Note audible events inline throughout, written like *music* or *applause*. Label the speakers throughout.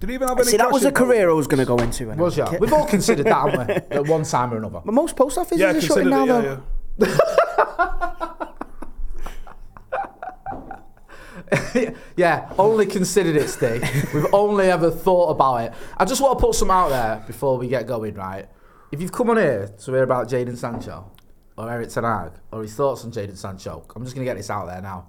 Speaker 1: Did he even have any
Speaker 2: See, that was a
Speaker 1: cash in-
Speaker 2: career I was going to go into. and I
Speaker 3: Was yeah.
Speaker 2: like it.
Speaker 3: We've all considered that, haven't we? At one time or another.
Speaker 2: But most post offices
Speaker 1: Yeah,
Speaker 2: are
Speaker 1: consider
Speaker 2: shutting
Speaker 1: it.
Speaker 2: now,
Speaker 1: Yeah,
Speaker 2: though.
Speaker 1: yeah.
Speaker 3: Yeah, only considered it, Steve. We've only ever thought about it. I just want to put some out there before we get going, right? If you've come on here to hear about Jaden Sancho or Eric Tanag or his thoughts on Jaden Sancho, I'm just going to get this out there now.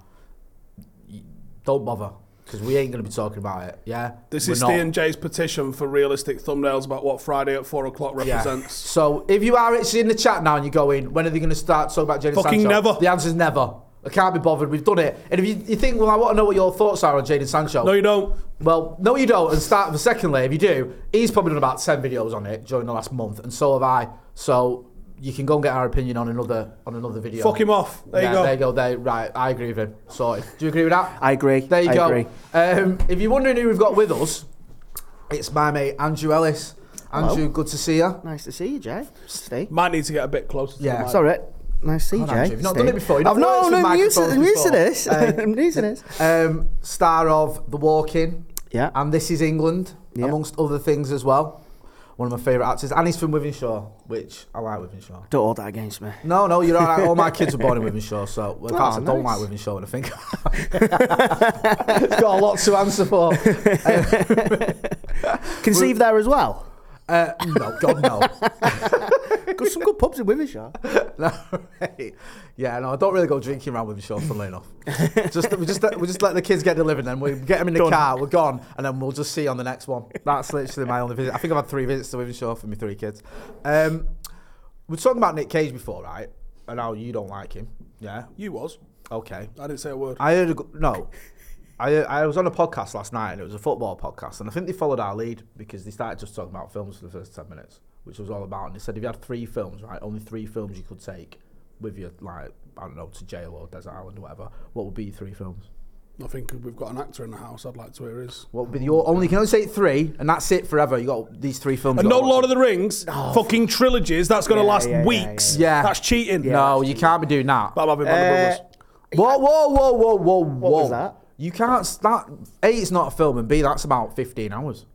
Speaker 3: Y- Don't bother because we ain't going to be talking about it. Yeah,
Speaker 1: This
Speaker 3: We're
Speaker 1: is
Speaker 3: not.
Speaker 1: Steve and Jay's petition for realistic thumbnails about what Friday at four o'clock
Speaker 3: Yeah.
Speaker 1: represents.
Speaker 3: So if you are actually in the chat now and you're going, when are they going to start talking about Jaden
Speaker 1: Fucking
Speaker 3: Sancho?
Speaker 1: never.
Speaker 3: The answer's never. I can't be bothered. We've done it. And if you, you think, well, I want to know what your thoughts are on Jaden Sancho.
Speaker 1: No, you don't.
Speaker 3: Well, no, you don't. And start for secondly, if you do, he's probably done about ten videos on it during the last month, and so have I. So you can go and get our opinion on another on another video.
Speaker 1: Fuck him off. There
Speaker 3: yeah,
Speaker 1: you go.
Speaker 3: There you go. There, right. I agree with him. Sorry. Do you agree with that?
Speaker 2: I agree.
Speaker 3: There you
Speaker 2: I
Speaker 3: go.
Speaker 2: agree.
Speaker 3: Um, if you're wondering who we've got with us, it's my mate Andrew Ellis. Andrew, good to see you.
Speaker 2: Nice to see you, Jay. Steve.
Speaker 1: Might need to get a bit closer. To
Speaker 3: Yeah.
Speaker 1: The mic.
Speaker 2: It's all right. Nice to see you,
Speaker 3: on, Andrew,
Speaker 2: Jay.
Speaker 3: you've not
Speaker 2: Steve.
Speaker 3: done it before. You've
Speaker 2: I've not.
Speaker 3: not worked
Speaker 2: no,
Speaker 3: with
Speaker 2: I'm used to I'm used to this.
Speaker 3: microphones
Speaker 2: *laughs*
Speaker 3: before. Uh,
Speaker 2: I'm used to this.
Speaker 3: Um, star of The Walking.
Speaker 2: Yeah.
Speaker 3: And This Is England,
Speaker 2: Yeah.
Speaker 3: amongst other things as well. One of my favourite actors. And he's from Withenshaw, which I like Withenshaw.
Speaker 2: Don't hold that against me.
Speaker 3: No, no, you're all right. All my kids were born in Withenshaw, so well, in fact, I
Speaker 2: that's
Speaker 3: don't
Speaker 2: nice.
Speaker 3: like Withenshaw when I *laughs* think. about it. it's got a lot to answer for.
Speaker 2: *laughs* Conceive there as well.
Speaker 3: Uh, no, God, no.
Speaker 2: Got some good pubs in Wivishire.
Speaker 3: *laughs* No, right. yeah, no, I don't really go drinking around with Sean, funnily enough. just, we just, we just let the kids get delivered, then we get them in the
Speaker 2: Done.
Speaker 3: car, we're gone, and then we'll just see you on the next one. That's literally my only visit. I think I've had three visits to Wiven Shaw for my three kids. Um, we were talking about Nick Cage before, right? And how you don't like him. Yeah.
Speaker 1: You was.
Speaker 3: Okay.
Speaker 1: I didn't say a word.
Speaker 3: I heard a g- no. I I was on a podcast last night and it was a football podcast and I think they followed our lead because they started just talking about films for the first ten minutes, which was all about. And they said if you had three films, right, only three films you could take with you, like I don't know, to jail or desert island or whatever. What would be your three films?
Speaker 1: I think we've got an actor in the house. I'd like to hear his.
Speaker 3: What would be your only? You can only say three, and that's it forever. You got these three films.
Speaker 1: And
Speaker 3: you
Speaker 1: no
Speaker 3: gotta watch.
Speaker 1: Lord of the Rings fucking trilogies. That's going to last
Speaker 2: yeah, yeah,
Speaker 1: weeks.
Speaker 3: yeah, yeah.
Speaker 1: That's cheating.
Speaker 3: No, you can't be doing that.
Speaker 1: But I'm having Band of
Speaker 2: Uh,
Speaker 1: brothers.
Speaker 3: Whoa, whoa, whoa, whoa, whoa, whoa! What
Speaker 2: was that?
Speaker 3: You can't. s- That a, it's not a film, and b, that's about fifteen hours.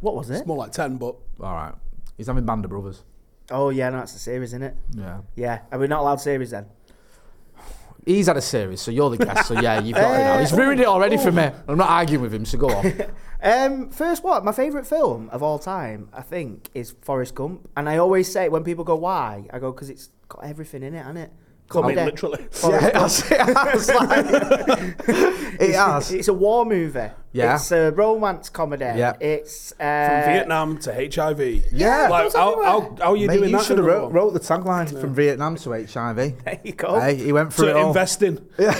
Speaker 2: What was it?
Speaker 1: More like ten, but
Speaker 3: All right, he's having Band of Brothers.
Speaker 2: Oh yeah, no, that's the series, isn't it?
Speaker 3: Yeah.
Speaker 2: Yeah. Are we not allowed series then?
Speaker 3: He's had a series, so you're the guest. So yeah, you've got it
Speaker 1: *laughs*
Speaker 3: now. He's ruined it already for
Speaker 1: Oh.
Speaker 3: me. I'm not arguing with him, so go on.
Speaker 2: Um, first what? My favourite film of all time, I think, is Forrest Gump. And I always say when people go, why? I go, because it's got everything in it, hasn't
Speaker 1: I
Speaker 2: it?
Speaker 1: mean,
Speaker 2: Comedy.
Speaker 1: literally.
Speaker 2: *laughs*
Speaker 3: yeah, it *laughs* has. It
Speaker 1: *laughs*
Speaker 3: has. like- it has.
Speaker 2: It's a war movie.
Speaker 3: Yeah.
Speaker 2: It's a romance comedy.
Speaker 3: Yeah.
Speaker 2: It's uh,
Speaker 1: From
Speaker 2: *laughs*
Speaker 1: Vietnam to HIV.
Speaker 3: Yeah,
Speaker 1: Like,
Speaker 3: goes
Speaker 1: how,
Speaker 3: everywhere.
Speaker 1: how, how are you
Speaker 3: Mate,
Speaker 1: doing
Speaker 3: you
Speaker 1: that?
Speaker 3: should have
Speaker 1: another
Speaker 3: wrote,
Speaker 1: one?
Speaker 3: wrote the tagline from Vietnam
Speaker 1: *laughs*
Speaker 3: to HIV.
Speaker 2: There you go.
Speaker 3: Hey, he went through it
Speaker 1: oh. to
Speaker 3: all.
Speaker 1: investing. *laughs*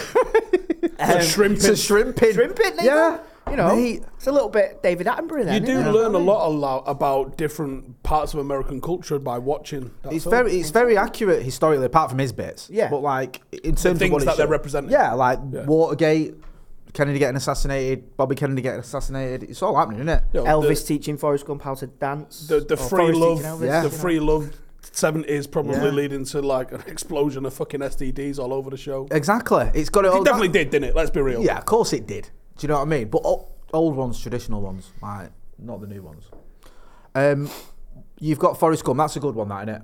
Speaker 1: Yeah. to shrimping.
Speaker 3: to shrimping.
Speaker 2: Shrimping,
Speaker 3: Yeah.
Speaker 2: yeah. You know,
Speaker 3: Mate,
Speaker 2: it's a little bit David Attenborough. Then,
Speaker 1: You do
Speaker 2: isn't it?
Speaker 1: learn a lot alo- about different parts of American culture by watching. That
Speaker 3: It's
Speaker 1: film.
Speaker 3: very, it's very accurate historically, apart from his bits.
Speaker 2: Yeah.
Speaker 3: But like in terms
Speaker 1: things
Speaker 3: of what it
Speaker 1: that they're
Speaker 3: should-
Speaker 1: representing.
Speaker 3: Yeah, like
Speaker 1: Yeah.
Speaker 3: Watergate, Kennedy getting assassinated, Bobby Kennedy getting assassinated. It's all happening, isn't it?
Speaker 1: You know,
Speaker 2: Elvis teaching Forrest Gump how to dance.
Speaker 1: the, the, the
Speaker 2: Or
Speaker 1: free
Speaker 2: Forrest
Speaker 1: love,
Speaker 2: teaching Elvis,
Speaker 3: yeah.
Speaker 1: the
Speaker 2: you know.
Speaker 1: free love seventies probably
Speaker 3: Yeah.
Speaker 1: leading to like an explosion of fucking STDs all over the show. It
Speaker 3: Exactly. It's got it all.
Speaker 1: definitely
Speaker 3: Uh, oh, that-
Speaker 1: did, didn't it? Let's be real.
Speaker 3: Yeah, of course it did. Do you know what I mean? But o- old ones, traditional ones, like not the new ones. Um, you've got Forrest Gump. That's a good one, that innit?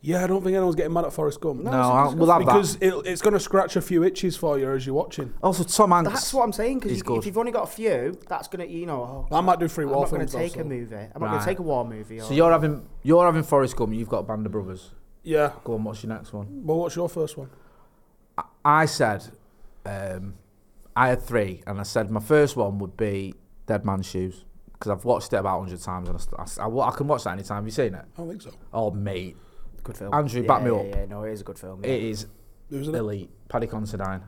Speaker 1: yeah. I don't think anyone's getting mad at Forrest Gump.
Speaker 3: No, I'll- we'll have
Speaker 1: because
Speaker 3: that.
Speaker 1: It, it's going to scratch a few itches for you as you're watching.
Speaker 3: Also, Tom Hanks.
Speaker 2: That's what I'm saying because
Speaker 3: He's
Speaker 2: you,
Speaker 3: good.
Speaker 2: if you've only got a few, that's gonna you know. Oh,
Speaker 1: I might do free
Speaker 2: I'm
Speaker 1: war
Speaker 2: not gonna
Speaker 1: films.
Speaker 2: take a
Speaker 1: also.
Speaker 2: movie. I'm not
Speaker 3: Right.
Speaker 2: gonna take a war movie. Or,
Speaker 3: So you're having you're having Forrest Gump. You've got Band of Brothers.
Speaker 1: Yeah.
Speaker 3: Go on. What's your next one?
Speaker 1: Well, what's your first one?
Speaker 3: I said, um, I had three, and I said my first one would be Dead Man's Shoes because I've watched it about hundred times, and I st- I, s- I wa- I can watch that anytime. Have you seen it?
Speaker 1: I don't think so.
Speaker 3: Oh mate,
Speaker 2: good film.
Speaker 3: Andrew,
Speaker 2: yeah,
Speaker 3: back me
Speaker 2: yeah,
Speaker 3: up.
Speaker 2: Yeah, no, it is a good film. yeah.
Speaker 3: it is
Speaker 1: Who's in it?
Speaker 3: elite. Paddy Considine.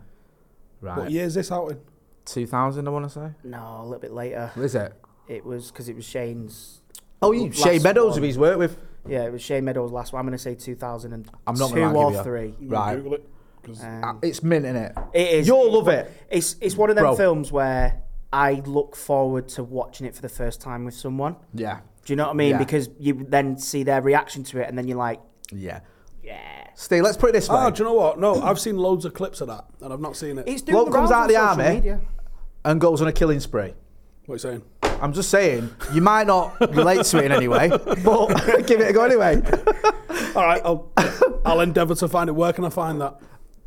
Speaker 3: Right.
Speaker 1: What year is this out in?
Speaker 3: Two thousand, I want to say.
Speaker 2: No, a little bit later.
Speaker 3: Is it?
Speaker 2: It was because it was Shane's.
Speaker 3: Oh, you,
Speaker 2: last
Speaker 3: Shane Meadows,
Speaker 2: one.
Speaker 3: who he's worked with.
Speaker 2: Yeah, it was Shane Meadows' last one. I'm going to say 2002
Speaker 3: I'm not gonna lie,
Speaker 2: or
Speaker 3: give you-
Speaker 2: three.
Speaker 1: You
Speaker 3: Right.
Speaker 1: Google it. 'cause-
Speaker 3: Uh, It's mint in it.
Speaker 2: It is.
Speaker 3: You'll love it.
Speaker 2: It's it's one of them
Speaker 3: Bro.
Speaker 2: films where I look forward to watching it for the first time with someone.
Speaker 3: Yeah,
Speaker 2: Do you know what I mean?
Speaker 3: Yeah.
Speaker 2: Because you then see their reaction to it, and then you're like,
Speaker 3: yeah.
Speaker 2: yeah.
Speaker 3: Steve, let's put it this
Speaker 2: Oh,
Speaker 3: way.
Speaker 1: Ah, do you know what? No, I've seen loads of clips of that, and I've not seen it.
Speaker 2: It's doing
Speaker 3: Bloke
Speaker 2: the
Speaker 3: comes
Speaker 2: rounds
Speaker 3: out
Speaker 2: on
Speaker 3: the
Speaker 2: social
Speaker 3: army.
Speaker 2: media.
Speaker 3: and goes on a killing spree.
Speaker 1: What are you saying?
Speaker 3: I'm just saying, you might not relate to it in any way, *laughs* but give it a go anyway.
Speaker 1: All right, I'll I'll endeavour to find it. Where can I find that?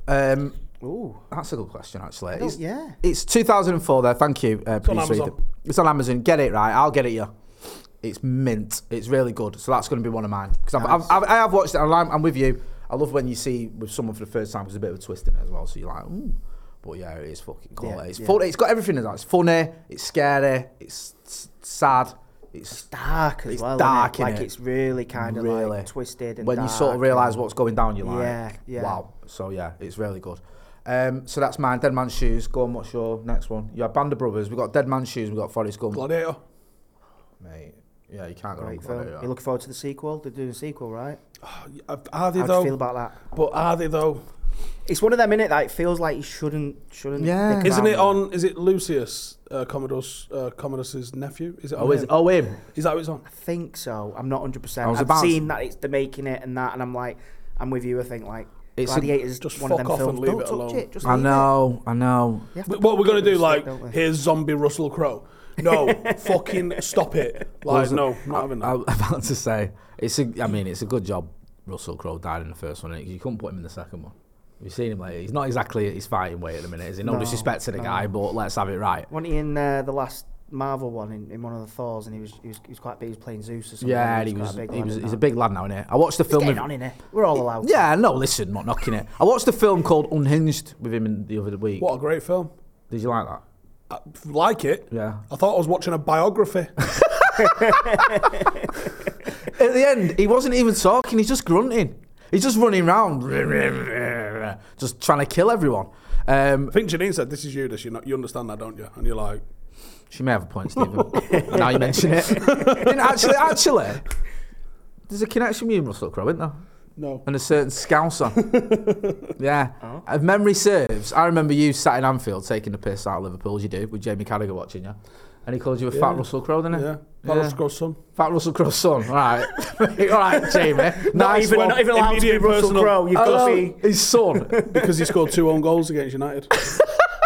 Speaker 3: Um,
Speaker 2: Ooh,
Speaker 3: that's a good question, actually.
Speaker 2: don't-
Speaker 3: It's,
Speaker 2: yeah.
Speaker 3: It's 2004 there. Thank you. Uh, it's
Speaker 1: on Amazon.
Speaker 3: It's on Amazon. Get it right. I'll get it you. It's mint. It's really good. So that's going to be one of mine. Because I've, I've, I have watched it and I'm, I'm with you. I love when you see with someone for the first time, there's a bit of a twist in it as well. So you're like, ooh. But yeah, it is fucking cool.
Speaker 2: Yeah,
Speaker 3: it's,
Speaker 2: yeah.
Speaker 3: fun, it's got everything in that. It's funny. It's scary. It's s- sad. It's
Speaker 2: dark as
Speaker 3: It's
Speaker 2: well. innit?
Speaker 3: dark,
Speaker 2: like
Speaker 3: innit?
Speaker 2: it's really kind of
Speaker 3: Really.
Speaker 2: like twisted. And
Speaker 3: when you sort of
Speaker 2: dark.
Speaker 3: realise what's going down, you're like,
Speaker 2: Yeah, yeah.
Speaker 3: wow. So yeah, it's really good. Um, so that's mine. Dead Man's Shoes. Go on, what's your next one? You have Band of Brothers. We've got Dead Man's Shoes. We've got Forrest Gump.
Speaker 1: Gladiator.
Speaker 3: Mate, yeah, you can't go wrong
Speaker 2: Great
Speaker 3: with
Speaker 2: film.
Speaker 3: Gladiator.
Speaker 2: You're looking forward to the sequel. They're doing a sequel, right?
Speaker 1: Are they
Speaker 2: How do you
Speaker 1: though?
Speaker 2: feel about that?
Speaker 1: but are they though?
Speaker 2: It's one of them in it that it feels like you shouldn't shouldn't.
Speaker 3: Yeah.
Speaker 2: think
Speaker 1: Isn't
Speaker 2: about
Speaker 1: it on? Is it Lucius uh, Commodus uh, Commodus's nephew? Is it? On
Speaker 3: Oh, is
Speaker 1: him?
Speaker 3: oh him?
Speaker 1: Is that what it's on?
Speaker 2: I think so. I'm not 100. percent
Speaker 3: I was
Speaker 2: I've
Speaker 3: about-
Speaker 2: seen that it's they're making it and that, and I'm like, I'm with you. I think like
Speaker 3: It's a-
Speaker 2: Gladiator's
Speaker 1: just
Speaker 2: one of
Speaker 1: fuck
Speaker 2: them
Speaker 1: off and
Speaker 2: films.
Speaker 1: leave
Speaker 2: Don't
Speaker 1: it
Speaker 2: touch
Speaker 1: alone.
Speaker 2: it. Just
Speaker 3: I
Speaker 2: leave it.
Speaker 3: know, I know.
Speaker 2: You have to
Speaker 1: Wh- What we're gonna do?
Speaker 2: Don't
Speaker 1: Like,
Speaker 2: we?
Speaker 1: here's zombie Russell Crowe. No, fucking stop it! Like, no, not having
Speaker 3: *laughs* I,
Speaker 1: that.
Speaker 3: I'm about to say it's a. I mean, it's a good job. Russell Crowe died in the first one, and you couldn't put him in the second one. You've seen him later. He's not exactly his fighting weight at the minute, is he? No,
Speaker 2: No,
Speaker 3: disrespect to the
Speaker 2: no.
Speaker 3: guy, but let's have it right.
Speaker 2: Wasn't he in uh, the last Marvel one in, in one of the Thors, and he was he was, he was quite big. He was playing Zeus or something.
Speaker 3: Yeah, and he was.
Speaker 2: quite
Speaker 3: He
Speaker 2: lad
Speaker 3: was.
Speaker 2: in
Speaker 3: He's
Speaker 2: that.
Speaker 3: a big lad now, innit? I watched the film.
Speaker 2: Getting
Speaker 3: with-
Speaker 2: on in it. We're all allowed. to.
Speaker 3: yeah, no, listen, not knocking it. I watched the film called Unhinged with him in the other week.
Speaker 1: What a great film.
Speaker 3: Did you like that?
Speaker 1: I like it.
Speaker 3: Yeah.
Speaker 1: I thought I was watching a biography.
Speaker 3: At the end, he wasn't even talking, he's just grunting. He's just running around, *laughs* just trying to kill everyone. Um,
Speaker 1: I think Janine said, "This is you. This you know, you understand that, don't you?" And you're like,
Speaker 3: she may have a
Speaker 1: *laughs*
Speaker 3: point, Stephen. now you mention it. Didn't actually, actually, there's a connection with you and Russell Crowe, isn't there?
Speaker 1: "No."
Speaker 3: And a
Speaker 1: *laughs*
Speaker 3: certain scouser. yeah.
Speaker 1: Oh.
Speaker 3: If memory serves, I remember you sat in Anfield taking the piss out of Liverpool, as you do, with Jamie Carragher watching you. And he called you a fat
Speaker 1: Yeah.
Speaker 3: Russell Crowe, didn't he?
Speaker 1: Yeah, that was Crowe's son.
Speaker 3: Fat Russell Crowe's son. All right. *laughs* All right, Jamie.
Speaker 2: *laughs* Not
Speaker 3: nice
Speaker 2: even
Speaker 3: one.
Speaker 2: not even allowed to be
Speaker 1: Immediate
Speaker 2: Russell
Speaker 1: personal.
Speaker 2: Crowe. You've got to
Speaker 3: Hello,
Speaker 2: be.
Speaker 3: his son.
Speaker 1: *laughs*
Speaker 3: *laughs*
Speaker 1: because he scored two own goals against United.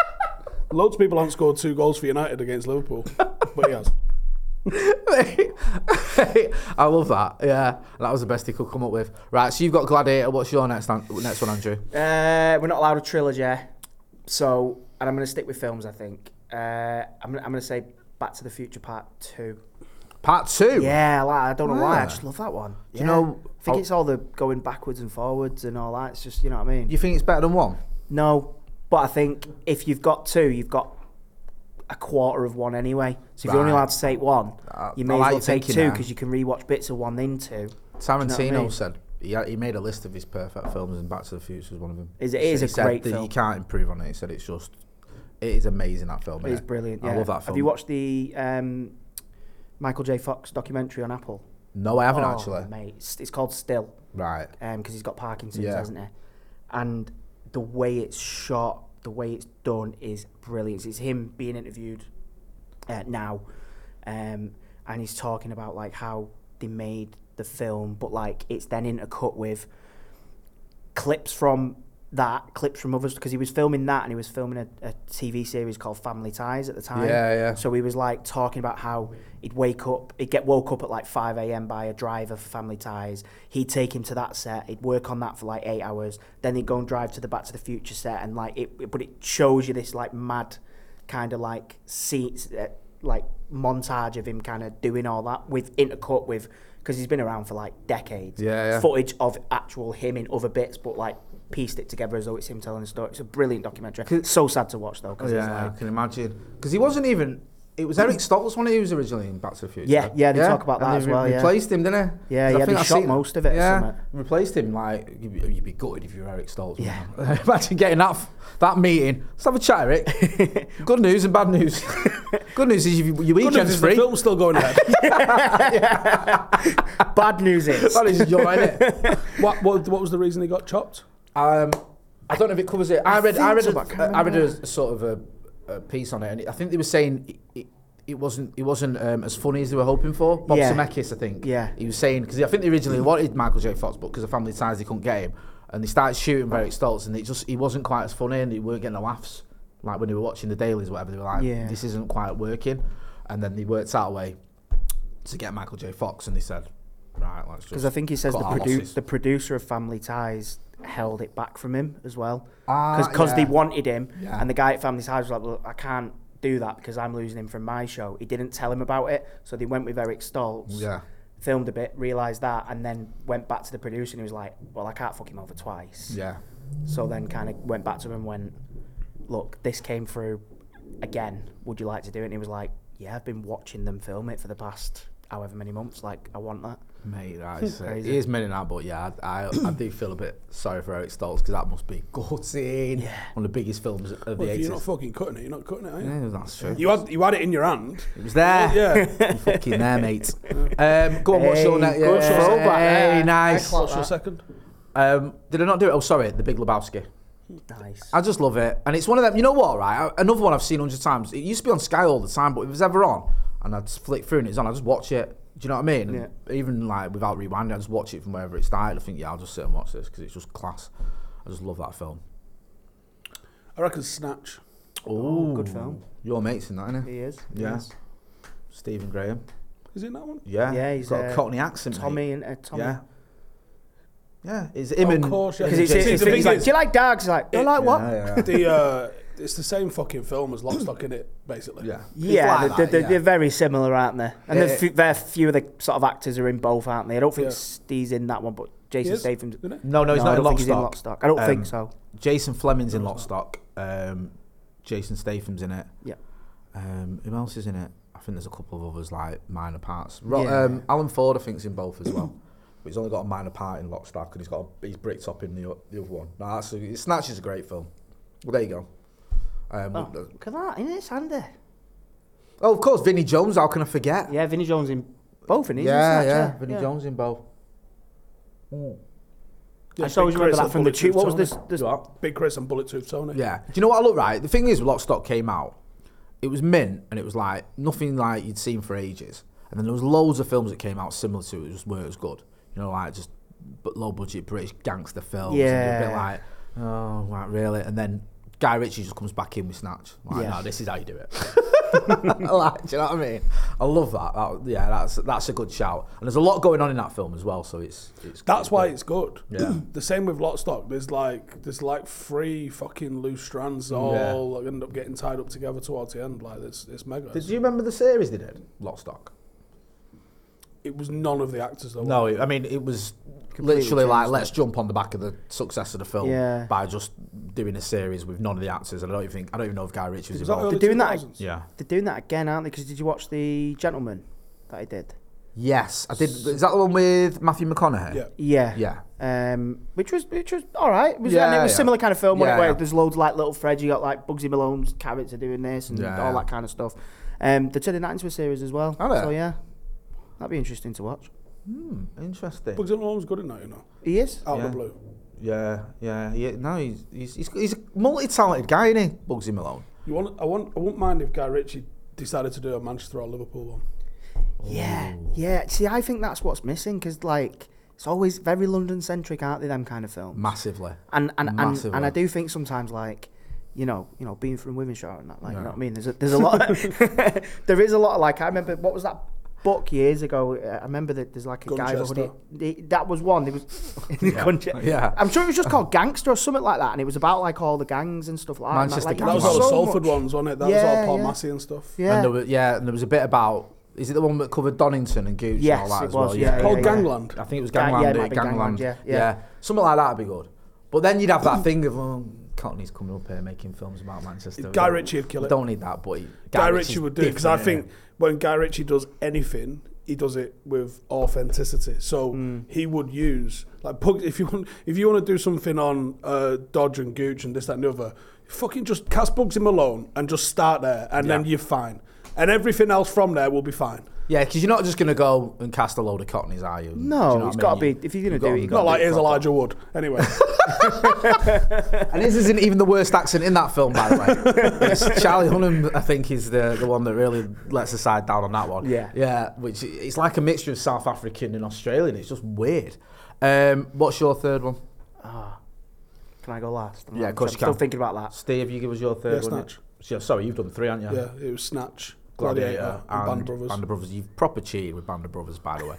Speaker 1: *laughs* Loads of people haven't scored two goals for United against Liverpool, but he
Speaker 3: *laughs*
Speaker 1: has.
Speaker 3: I love that. Yeah, that was the best he could come up with. Right, so you've got Gladiator. What's your next an- next one, Andrew?
Speaker 2: Uh, we're not allowed a trilogy, so and I'm going to stick with films. I think uh, I'm gonna- I'm going to say Back to the Future Part Two.
Speaker 3: Part two.
Speaker 2: Yeah, like, I don't know why.
Speaker 3: Ah. Oh.
Speaker 2: I just love that one.
Speaker 3: Do
Speaker 2: Yeah.
Speaker 3: you know-
Speaker 2: I think
Speaker 3: I'll-
Speaker 2: it's all the going backwards and forwards and all that. It's just you know what I mean.
Speaker 3: You think it's better than one?
Speaker 2: No, but I think if you've got two, you've got a quarter of one anyway. So if you're only
Speaker 3: Right.
Speaker 2: allowed to take one,
Speaker 3: Uh,
Speaker 2: you may
Speaker 3: I
Speaker 2: as
Speaker 3: like
Speaker 2: well
Speaker 3: your
Speaker 2: take
Speaker 3: thinking
Speaker 2: two
Speaker 3: there.
Speaker 2: because you can rewatch bits of one in two.
Speaker 3: Tarantino
Speaker 2: Do you know what I mean?
Speaker 3: said he, had, he made a list of his perfect films, and Back to the Future was one of them.
Speaker 2: Is- it
Speaker 3: He
Speaker 2: is
Speaker 3: said-
Speaker 2: a
Speaker 3: he said
Speaker 2: great
Speaker 3: that You
Speaker 2: film.
Speaker 3: can't improve on it. He said it's just, it is amazing that film.
Speaker 2: It's
Speaker 3: innit?
Speaker 2: brilliant.
Speaker 3: I
Speaker 2: yeah.
Speaker 3: love that film.
Speaker 2: Have you watched the um, Michael J. Fox documentary on Apple?
Speaker 3: No, I haven't
Speaker 2: Oh,
Speaker 3: actually.
Speaker 2: mate, it's, it's called Still.
Speaker 3: Right.
Speaker 2: because he's got Parkinson's,
Speaker 3: Yeah.
Speaker 2: hasn't he? And the way it's shot, the way it's done is brilliant. It's him being interviewed uh, now, um, and he's talking about like how they made the film, but like it's then intercut with clips from that, clips from others, because he was filming that and he was filming a, a TV series called Family Ties at the time.
Speaker 3: Yeah, yeah.
Speaker 2: So he was like talking about how he'd wake up, he'd get woke up at like 5 a.m. by a driver for Family Ties. He'd take him to that set, he'd work on that for like eight hours, then he'd go and drive to the Back to the Future set, and like it, it- but it shows you this like mad kind of like seats, uh, like montage of him kind of doing all that with intercut with. Because he's been around for like decades.
Speaker 3: Yeah, yeah.
Speaker 2: Footage of actual him in other bits, but like pieced it together as though it's him telling a story. It's a brilliant documentary. So sad to watch though, because
Speaker 3: Yeah,
Speaker 2: it's like
Speaker 3: I can imagine. Because he wasn't even. it was Eric Stoltz, one of who was originally in Back to the Future.
Speaker 2: Yeah, yeah, they talk about
Speaker 3: and
Speaker 2: that
Speaker 3: they
Speaker 2: as
Speaker 3: re-
Speaker 2: well, yeah.
Speaker 3: Replaced him, didn't he?
Speaker 2: Yeah, yeah,
Speaker 3: I
Speaker 2: they
Speaker 3: think I've
Speaker 2: shot
Speaker 3: seen-
Speaker 2: most of it or
Speaker 3: Yeah,
Speaker 2: something.
Speaker 3: replaced him. Like you'd be, you'd be gutted if you were Eric Stoltz.
Speaker 2: Yeah.
Speaker 3: wouldn't you? *laughs* imagine getting that f- that meeting. Let's have a
Speaker 2: *laughs*
Speaker 3: chat, Eric. Good news and bad news. Good news is you, your
Speaker 1: Good news
Speaker 3: weekend's
Speaker 1: is the
Speaker 3: free.
Speaker 1: film's still going ahead.
Speaker 2: *laughs* Bad news is.
Speaker 3: Bad news is you're
Speaker 2: *laughs*
Speaker 3: in it. *laughs*
Speaker 1: *laughs* what, what, what was the reason he got chopped?
Speaker 3: Um, I don't know if it covers it. I read, I,
Speaker 2: think
Speaker 3: read,
Speaker 2: so,
Speaker 3: a,
Speaker 2: but I can't
Speaker 3: I read a sort of a, a piece on it, and I think they were saying it, it, it wasn't, it wasn't um, as funny as they were hoping for. Bob
Speaker 2: Yeah.
Speaker 3: Zemeckis, I think.
Speaker 2: Yeah. Mm.
Speaker 3: He was saying because I think they originally wanted Michael J. Fox, but because of family ties, they couldn't get him, and they started shooting Eric Stoltz, and it just, he wasn't quite as funny, and they weren't getting the laughs. Like when they were watching the dailies, or whatever, they were like,
Speaker 2: Yeah.
Speaker 3: "This isn't quite working," and then they worked out a way to get Michael J. Fox, and they said, "Right, let's just."
Speaker 2: Because I think he says the,
Speaker 3: cut our
Speaker 2: produ-
Speaker 3: losses."
Speaker 2: the producer of Family Ties held it back from him as well.
Speaker 3: Ah,
Speaker 2: Because
Speaker 3: yeah.
Speaker 2: they wanted him,
Speaker 3: Yeah.
Speaker 2: and the guy at Family Ties was like, "Look, I can't do that because I'm losing him from my show." He didn't tell him about it, so they went with Eric Stoltz.
Speaker 3: Yeah.
Speaker 2: Filmed a bit, realised that, and then went back to the producer and he was like, "Well, I can't fuck him over twice."
Speaker 3: yeah.
Speaker 2: So then kind of went back to him and went, "Look, this came through again. Would you like to do it?" And he was like, "Yeah, I've been watching them film it for the past however many months. Like, I want that."
Speaker 3: Mate, that is uh,
Speaker 2: Crazy.
Speaker 3: he is many now, but yeah, I, I, I do feel a bit sorry for Eric Stoltz because that must be *laughs* gutting. Yeah. One of the biggest films of the
Speaker 1: Well, if you're not
Speaker 3: eighties.
Speaker 1: fucking cutting it, you're not cutting it, are you?
Speaker 3: Yeah, that's true.
Speaker 1: You had you had it in your hand.
Speaker 3: It was there. *laughs*
Speaker 1: Yeah.
Speaker 3: You fucking there, mate. Um, go on, what's your
Speaker 2: Hey,
Speaker 3: next?
Speaker 2: good throwback.
Speaker 3: Hey,
Speaker 2: Yeah.
Speaker 3: nice.
Speaker 1: What's your second?
Speaker 3: Um, did I not do it? Oh, sorry, The Big Lebowski.
Speaker 2: Nice.
Speaker 3: I just love it, and it's one of them. You know what, right? I- Another one I've seen hundred times. It used to be on Sky all the time, but if it was ever on, and I'd just flick through and it's on, I just watch it. Do you know what I mean? And Even like without rewinding, I just watch it from wherever it started. I think yeah, I'll just sit and watch this because it's just class. I just love that film.
Speaker 1: I reckon Snatch.
Speaker 3: Oh,
Speaker 2: good film.
Speaker 3: Your mate's in that, isn't
Speaker 2: He is.
Speaker 3: Yeah. Stephen Graham.
Speaker 1: Is it in that one?
Speaker 3: Yeah,
Speaker 2: Yeah, he's,
Speaker 3: got a
Speaker 2: uh,
Speaker 3: Cockney accent. mate.
Speaker 2: Tommy and uh, Tommy.
Speaker 3: Yeah. Yeah, it's him
Speaker 1: Of
Speaker 3: and
Speaker 1: course, yeah.
Speaker 3: and
Speaker 2: Because it's,
Speaker 1: See,
Speaker 3: Jason-
Speaker 2: it's,
Speaker 1: the
Speaker 2: it's
Speaker 1: thing
Speaker 2: like,
Speaker 1: is-
Speaker 2: do you like dogs? He's like, do you like what?
Speaker 3: Yeah, *laughs* yeah.
Speaker 1: *laughs* The uh, it's the same fucking film as Lockstock in it, basically.
Speaker 3: yeah. It's
Speaker 2: Yeah,
Speaker 3: like
Speaker 2: they're,
Speaker 3: that,
Speaker 2: they're,
Speaker 3: yeah.
Speaker 2: they're very similar, aren't they? And the
Speaker 3: Yeah, yeah.
Speaker 2: f- there are few of the sort of actors are in both, aren't they? I don't think
Speaker 1: Yeah.
Speaker 2: Steve's in that one, but
Speaker 1: He
Speaker 2: Jason
Speaker 1: is,
Speaker 2: Statham's.
Speaker 1: isn't it?
Speaker 3: Oh, No, no, he's
Speaker 2: I
Speaker 3: not in
Speaker 2: don't think he's in Lockstock.
Speaker 3: Lockstock.
Speaker 2: I don't
Speaker 3: Um,
Speaker 2: think so.
Speaker 3: Jason Fleming's in Lockstock. Um, Jason Statham's in it.
Speaker 2: Yeah.
Speaker 3: Um, who else is in it? I think there's a couple of others like minor parts. Ro-
Speaker 2: Yeah.
Speaker 3: um, Alan Ford, I think's in both as well. but he's only got a minor part in Lockstock, and he's got a, he's bricked up in the, o- the other one. No, that's a, Snatch is a great film. Well, there you go. Um,
Speaker 2: Oh, look at that, isn't it, Sandy?
Speaker 3: oh, of course, Vinnie Jones. How can I forget?
Speaker 2: Yeah, Vinnie Jones in both, and he's
Speaker 3: yeah,
Speaker 2: in Snatch,
Speaker 3: yeah,
Speaker 2: yeah.
Speaker 3: Vinnie Jones in both.
Speaker 2: I just always
Speaker 1: Big
Speaker 2: remember
Speaker 1: Chris
Speaker 2: that
Speaker 1: and
Speaker 2: from the
Speaker 1: Bullet
Speaker 2: tube.
Speaker 1: Tooth
Speaker 2: What was
Speaker 1: Tony.
Speaker 2: this? this
Speaker 1: Big Chris and Bullet Tooth Tony.
Speaker 3: Yeah. Do you know what I look like? The thing is, Lockstock came out. It was mint, and it was like nothing like you'd seen for ages. And then there was loads of films that came out similar to it, just weren't as good. You know, like just but low budget British gangster films. and you're a bit
Speaker 2: Yeah.
Speaker 3: like, oh, right, really. And then Guy Ritchie just comes back in with Snatch. Like,
Speaker 2: Yeah.
Speaker 3: no, this is how you do it. *laughs* like, do you know what I mean? I love that. that. Yeah, that's that's a good shout. And there's a lot going on in that film as well, so it's it's.
Speaker 1: That's why it's good.
Speaker 3: Yeah.
Speaker 1: *clears throat* the same with Lockstock. There's like there's like three fucking loose strands that
Speaker 3: Yeah.
Speaker 1: all end up getting tied up together towards the end. Like it's it's mega.
Speaker 3: Did you remember the series they did? Lockstock.
Speaker 1: it was none of the actors though.
Speaker 3: No, I mean it was literally like let's jump on the back of the success of the film
Speaker 2: Yeah.
Speaker 3: by just doing a series with none of the actors. And I don't even think I don't even know if Guy Ritchie was
Speaker 1: was that
Speaker 3: involved.
Speaker 1: early
Speaker 2: They're doing that-
Speaker 1: 2000s?
Speaker 3: Yeah.
Speaker 2: They're doing that again, aren't they? Because did you watch The Gentleman that he did?
Speaker 3: Yes, I did. Is that the one with Matthew McConaughey?
Speaker 1: Yeah.
Speaker 2: Yeah.
Speaker 3: Yeah.
Speaker 2: Um, which was which was all right. It was,
Speaker 3: Yeah,
Speaker 2: and it was
Speaker 3: yeah.
Speaker 2: similar kind of film where-
Speaker 3: Yeah,
Speaker 2: where
Speaker 3: yeah.
Speaker 2: there's loads of like little threads. You got like Bugsy Malone's character doing this and
Speaker 3: Yeah,
Speaker 2: all
Speaker 3: yeah.
Speaker 2: that kind of stuff. Um, they're turning that into a series as well.
Speaker 3: Are they?
Speaker 2: So yeah, that'd be interesting to watch.
Speaker 3: Hmm, interesting.
Speaker 1: Bugsy Malone's good in that, you know.
Speaker 2: He is.
Speaker 1: Out
Speaker 3: Yeah.
Speaker 1: of the blue.
Speaker 3: yeah, yeah, yeah. No, he's he's, he's, he's a multi-talented guy, isn't he? Bugsy Malone.
Speaker 1: You want? I want. I wouldn't mind if Guy Ritchie decided to do a Manchester or Liverpool one.
Speaker 2: Yeah, yeah. See, I think that's what's missing because like it's always very London centric, aren't they? Them kind of films.
Speaker 3: Massively.
Speaker 2: and and, and,
Speaker 3: Massively.
Speaker 2: and I do think sometimes like you know you know being from women's shower and that like you know what I mean there's a, there's a lot there is a lot of *laughs* like I remember what was that book years ago uh, I remember that there's like a guy with a hoodie
Speaker 1: Gunchester.
Speaker 2: the- that was one there was *laughs* Gunche-
Speaker 3: *laughs* yeah.
Speaker 2: I'm sure it was just called Gangster or something like that and it was about like all the gangs and stuff like
Speaker 3: Manchester
Speaker 2: that
Speaker 3: Gang.
Speaker 1: That was
Speaker 2: like,
Speaker 3: Wow.
Speaker 1: all the
Speaker 3: So
Speaker 1: Salford
Speaker 2: much-
Speaker 1: ones, wasn't it? That
Speaker 2: Yeah,
Speaker 1: was all Paul
Speaker 2: yeah.
Speaker 1: Massey and stuff.
Speaker 3: And
Speaker 2: yeah
Speaker 3: there was, yeah, and there was a bit about is it the one that covered Donington and Gooch
Speaker 2: Yes,
Speaker 3: and all that
Speaker 2: it
Speaker 3: as
Speaker 2: was,
Speaker 3: well?
Speaker 2: yeah,
Speaker 1: Paul
Speaker 2: yeah, yeah.
Speaker 1: Gangland.
Speaker 3: I think it was
Speaker 2: Gang- yeah,
Speaker 3: Gangland.
Speaker 2: it might
Speaker 3: eh,
Speaker 2: be Gangland,
Speaker 3: Gangland.
Speaker 2: yeah, yeah.
Speaker 3: Something like that would be good. But then you'd have that thing of, um, Cockney's coming up here making films about Manchester. We
Speaker 1: Guy
Speaker 3: don't-
Speaker 1: Ritchie would kill
Speaker 3: we
Speaker 1: it.
Speaker 3: Don't need that, but he-
Speaker 1: Guy
Speaker 3: Ritchie's
Speaker 1: Ritchie would do because I
Speaker 3: different,
Speaker 1: think when Guy Ritchie does anything, he does it with authenticity. So
Speaker 3: Hmm.
Speaker 1: he would use like Pug, if you want if you want to do something on uh, Dodge and Gooch and this that and the other, fucking just cast Bugsy Malone and just start there, and then
Speaker 3: Yeah.
Speaker 1: you're fine, and everything else from there will be fine.
Speaker 3: Yeah, because you're not just going to go and cast a load of Cockneys, are you?
Speaker 2: No,
Speaker 3: Do you know
Speaker 2: it's
Speaker 3: what I
Speaker 2: gotta
Speaker 3: mean?
Speaker 2: be- if you're gonna
Speaker 3: you've
Speaker 2: do it,
Speaker 3: gotta-
Speaker 2: you
Speaker 1: Not
Speaker 2: gotta
Speaker 1: like
Speaker 2: do it
Speaker 1: here's
Speaker 3: proper.
Speaker 1: Elijah Wood. Anyway,
Speaker 3: *laughs* And his isn't even the worst accent in that film, by the way. It's Charlie Hunnam, I think, is the, the one that really lets the side down on that one.
Speaker 2: Yeah.
Speaker 3: Yeah, which i- it's like a mixture of South African and Australian. It's just weird. Um, what's your third one?
Speaker 2: Can I go last? I'm
Speaker 3: Yeah,
Speaker 2: like-
Speaker 3: of course
Speaker 2: I'm
Speaker 3: you
Speaker 2: still
Speaker 3: can.
Speaker 2: thinking about that.
Speaker 3: Steve, you give us your third
Speaker 1: Yeah,
Speaker 3: one.
Speaker 1: Snatch.
Speaker 3: Yeah, sorry, you've done three, haven't you?
Speaker 1: yeah, it was Snatch,
Speaker 3: Gladiator,
Speaker 1: and Band
Speaker 3: and
Speaker 1: of Brothers.
Speaker 3: Band of Brothers. You've proper cheated with Band of Brothers, by the way.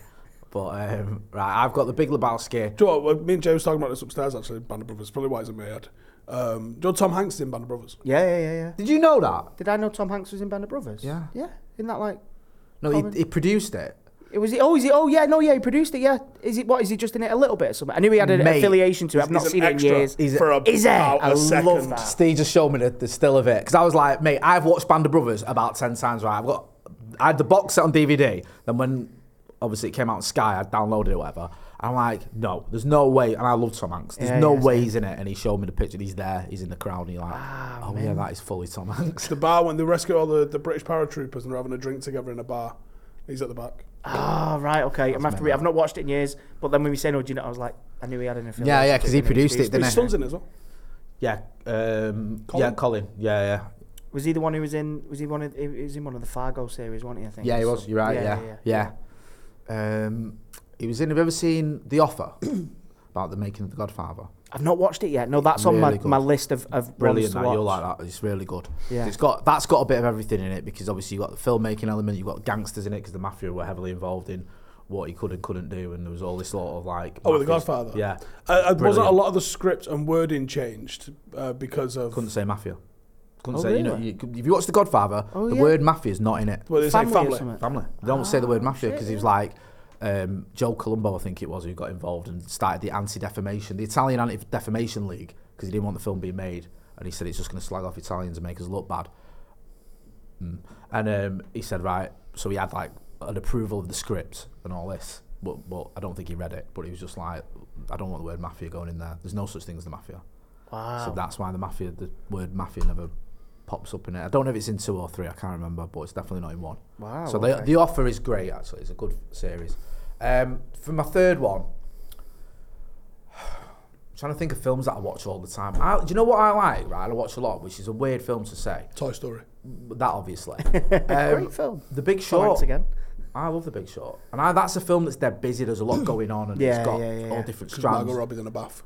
Speaker 3: But, um, right, I've got the Big Lebowski.
Speaker 1: Do you know what? Me and Jay was talking about this upstairs actually. Band of Brothers, probably why it's in my head. Um, do you know Tom Hanks is in Band of Brothers?
Speaker 2: Yeah, yeah, yeah, yeah.
Speaker 3: Did you know that?
Speaker 2: Did I know Tom Hanks was in Band of Brothers?
Speaker 3: Yeah.
Speaker 2: Yeah. Isn't that like?
Speaker 3: No,
Speaker 2: Colin.
Speaker 3: he, he produced it.
Speaker 2: It was. Oh, is it? Oh, yeah. No, yeah. He produced it. Yeah. Is it? What is he just in it a little bit or something? I knew he had an
Speaker 3: Mate,
Speaker 2: affiliation to it. I've not
Speaker 1: He's an
Speaker 2: seen it in
Speaker 1: extra
Speaker 2: years.
Speaker 3: He's a-
Speaker 1: for about
Speaker 2: Is he? I
Speaker 1: a
Speaker 2: love
Speaker 1: second.
Speaker 2: that.
Speaker 3: Steve just showed me the, the still of it because I was like, mate, I've watched Band of Brothers about ten times. Right, I've got I had the box set on DVD. Then when obviously it came out on Sky, I downloaded it, or whatever. I'm like, no, there's no way. And I love Tom Hanks. There's
Speaker 2: Yeah,
Speaker 3: no
Speaker 2: yeah,
Speaker 3: way he's in it. And he showed me the picture. and He's there. He's in the crowd. And you're like,
Speaker 2: Ah,
Speaker 3: oh yeah, that is fully Tom Hanks. *laughs*
Speaker 1: The bar when they rescue all the, the British paratroopers and they're having a drink together in a bar. He's at the back.
Speaker 2: Ah, right. Okay. I'm gonna have to. Re- I've not watched it in years. But then when we say no, do you know? I was like, I knew he had an affiliation.
Speaker 3: Yeah, yeah, 'cause
Speaker 2: to
Speaker 3: he
Speaker 2: and
Speaker 3: produced it,
Speaker 1: His
Speaker 3: Didn't I?
Speaker 1: son's in it as well.
Speaker 3: Yeah, um, yeah,
Speaker 1: Colin?
Speaker 3: Colin. Yeah, yeah,
Speaker 2: Was he the one who was in? Was he one of? He was in one of the Fargo series, wasn't he? I think.
Speaker 3: yeah. He was. You're right.
Speaker 2: Yeah,
Speaker 3: Yeah,
Speaker 2: yeah,
Speaker 3: yeah. Um, he was in. Have you ever seen The Offer *coughs* about the making of The Godfather?
Speaker 2: I've not watched it yet. No, that's on my,
Speaker 3: Really good.
Speaker 2: my list of of brilliant.
Speaker 3: brilliant that you'll like that it's really good
Speaker 2: Yeah.
Speaker 3: it's got that's got a bit of everything in it because obviously you've got the filmmaking element you've got gangsters in it because the mafia were heavily involved in what he could and couldn't do and there was all this sort of like
Speaker 1: Oh, with The
Speaker 3: mafias-
Speaker 1: Godfather?
Speaker 3: yeah
Speaker 1: Uh, uh, wasn't a
Speaker 3: Brilliant.
Speaker 1: lot of the script and wording changed uh, because of.
Speaker 3: couldn't say mafia couldn't
Speaker 2: Oh,
Speaker 3: say you know
Speaker 2: really?
Speaker 3: you, could- if you watch the Godfather
Speaker 2: Oh,
Speaker 3: the
Speaker 2: yeah.
Speaker 3: word mafia is not in it
Speaker 1: well, they say
Speaker 2: Family or
Speaker 1: family.
Speaker 2: something.
Speaker 3: family they don't say the word mafia because he was like um, Joe Colombo I think it was who got involved and started the anti-defamation the Italian anti-defamation league because he didn't want the film being made and he said it's just going to slag off Italians and make us look bad And um, he said, right, so he had like an approval of the script and all this, but, but I don't think he read it. But he was just like, I don't want the word mafia going in there. There's no such thing as the mafia.
Speaker 2: Wow.
Speaker 3: So that's why the mafia, the word mafia never pops up in it. I don't know if it's in two or three, I can't remember, but it's definitely not in one.
Speaker 2: Wow,
Speaker 3: So the,
Speaker 2: okay.
Speaker 3: the offer is great, actually. It's a good series. Um, for my third one, *sighs* trying to think of films that I watch all the time. I, do you know what I like, right? I watch a lot, which is a weird film to say.
Speaker 1: Toy Story.
Speaker 2: *laughs*
Speaker 3: That obviously. Um,
Speaker 2: Great film.
Speaker 3: The Big Short.
Speaker 2: Tom Hanks again.
Speaker 3: I love The Big Short, and I, that's a film that's dead busy. There's
Speaker 2: *clears throat*
Speaker 3: a lot going on, and
Speaker 2: Yeah,
Speaker 3: it's got
Speaker 2: yeah, yeah, yeah.
Speaker 3: all different
Speaker 1: Because Margot
Speaker 3: strands.
Speaker 1: Robbie's in a bath.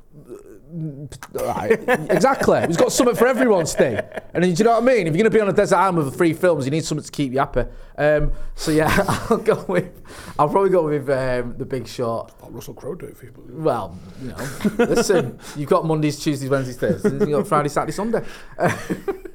Speaker 3: Right. exactly. It's got something for everyone, Steve. And do you know what I mean? If you're going to be on a desert island with three films, you need something to keep you happy. Um, so yeah, *laughs* I'll go with. I'll probably go with um, The Big Short.
Speaker 1: Oh, Russell Crowe do it for you. but-
Speaker 3: Well, you know, listen, you've got Mondays, Tuesdays, Wednesdays, Thursdays, you've got Friday, Saturday, Sunday. *laughs*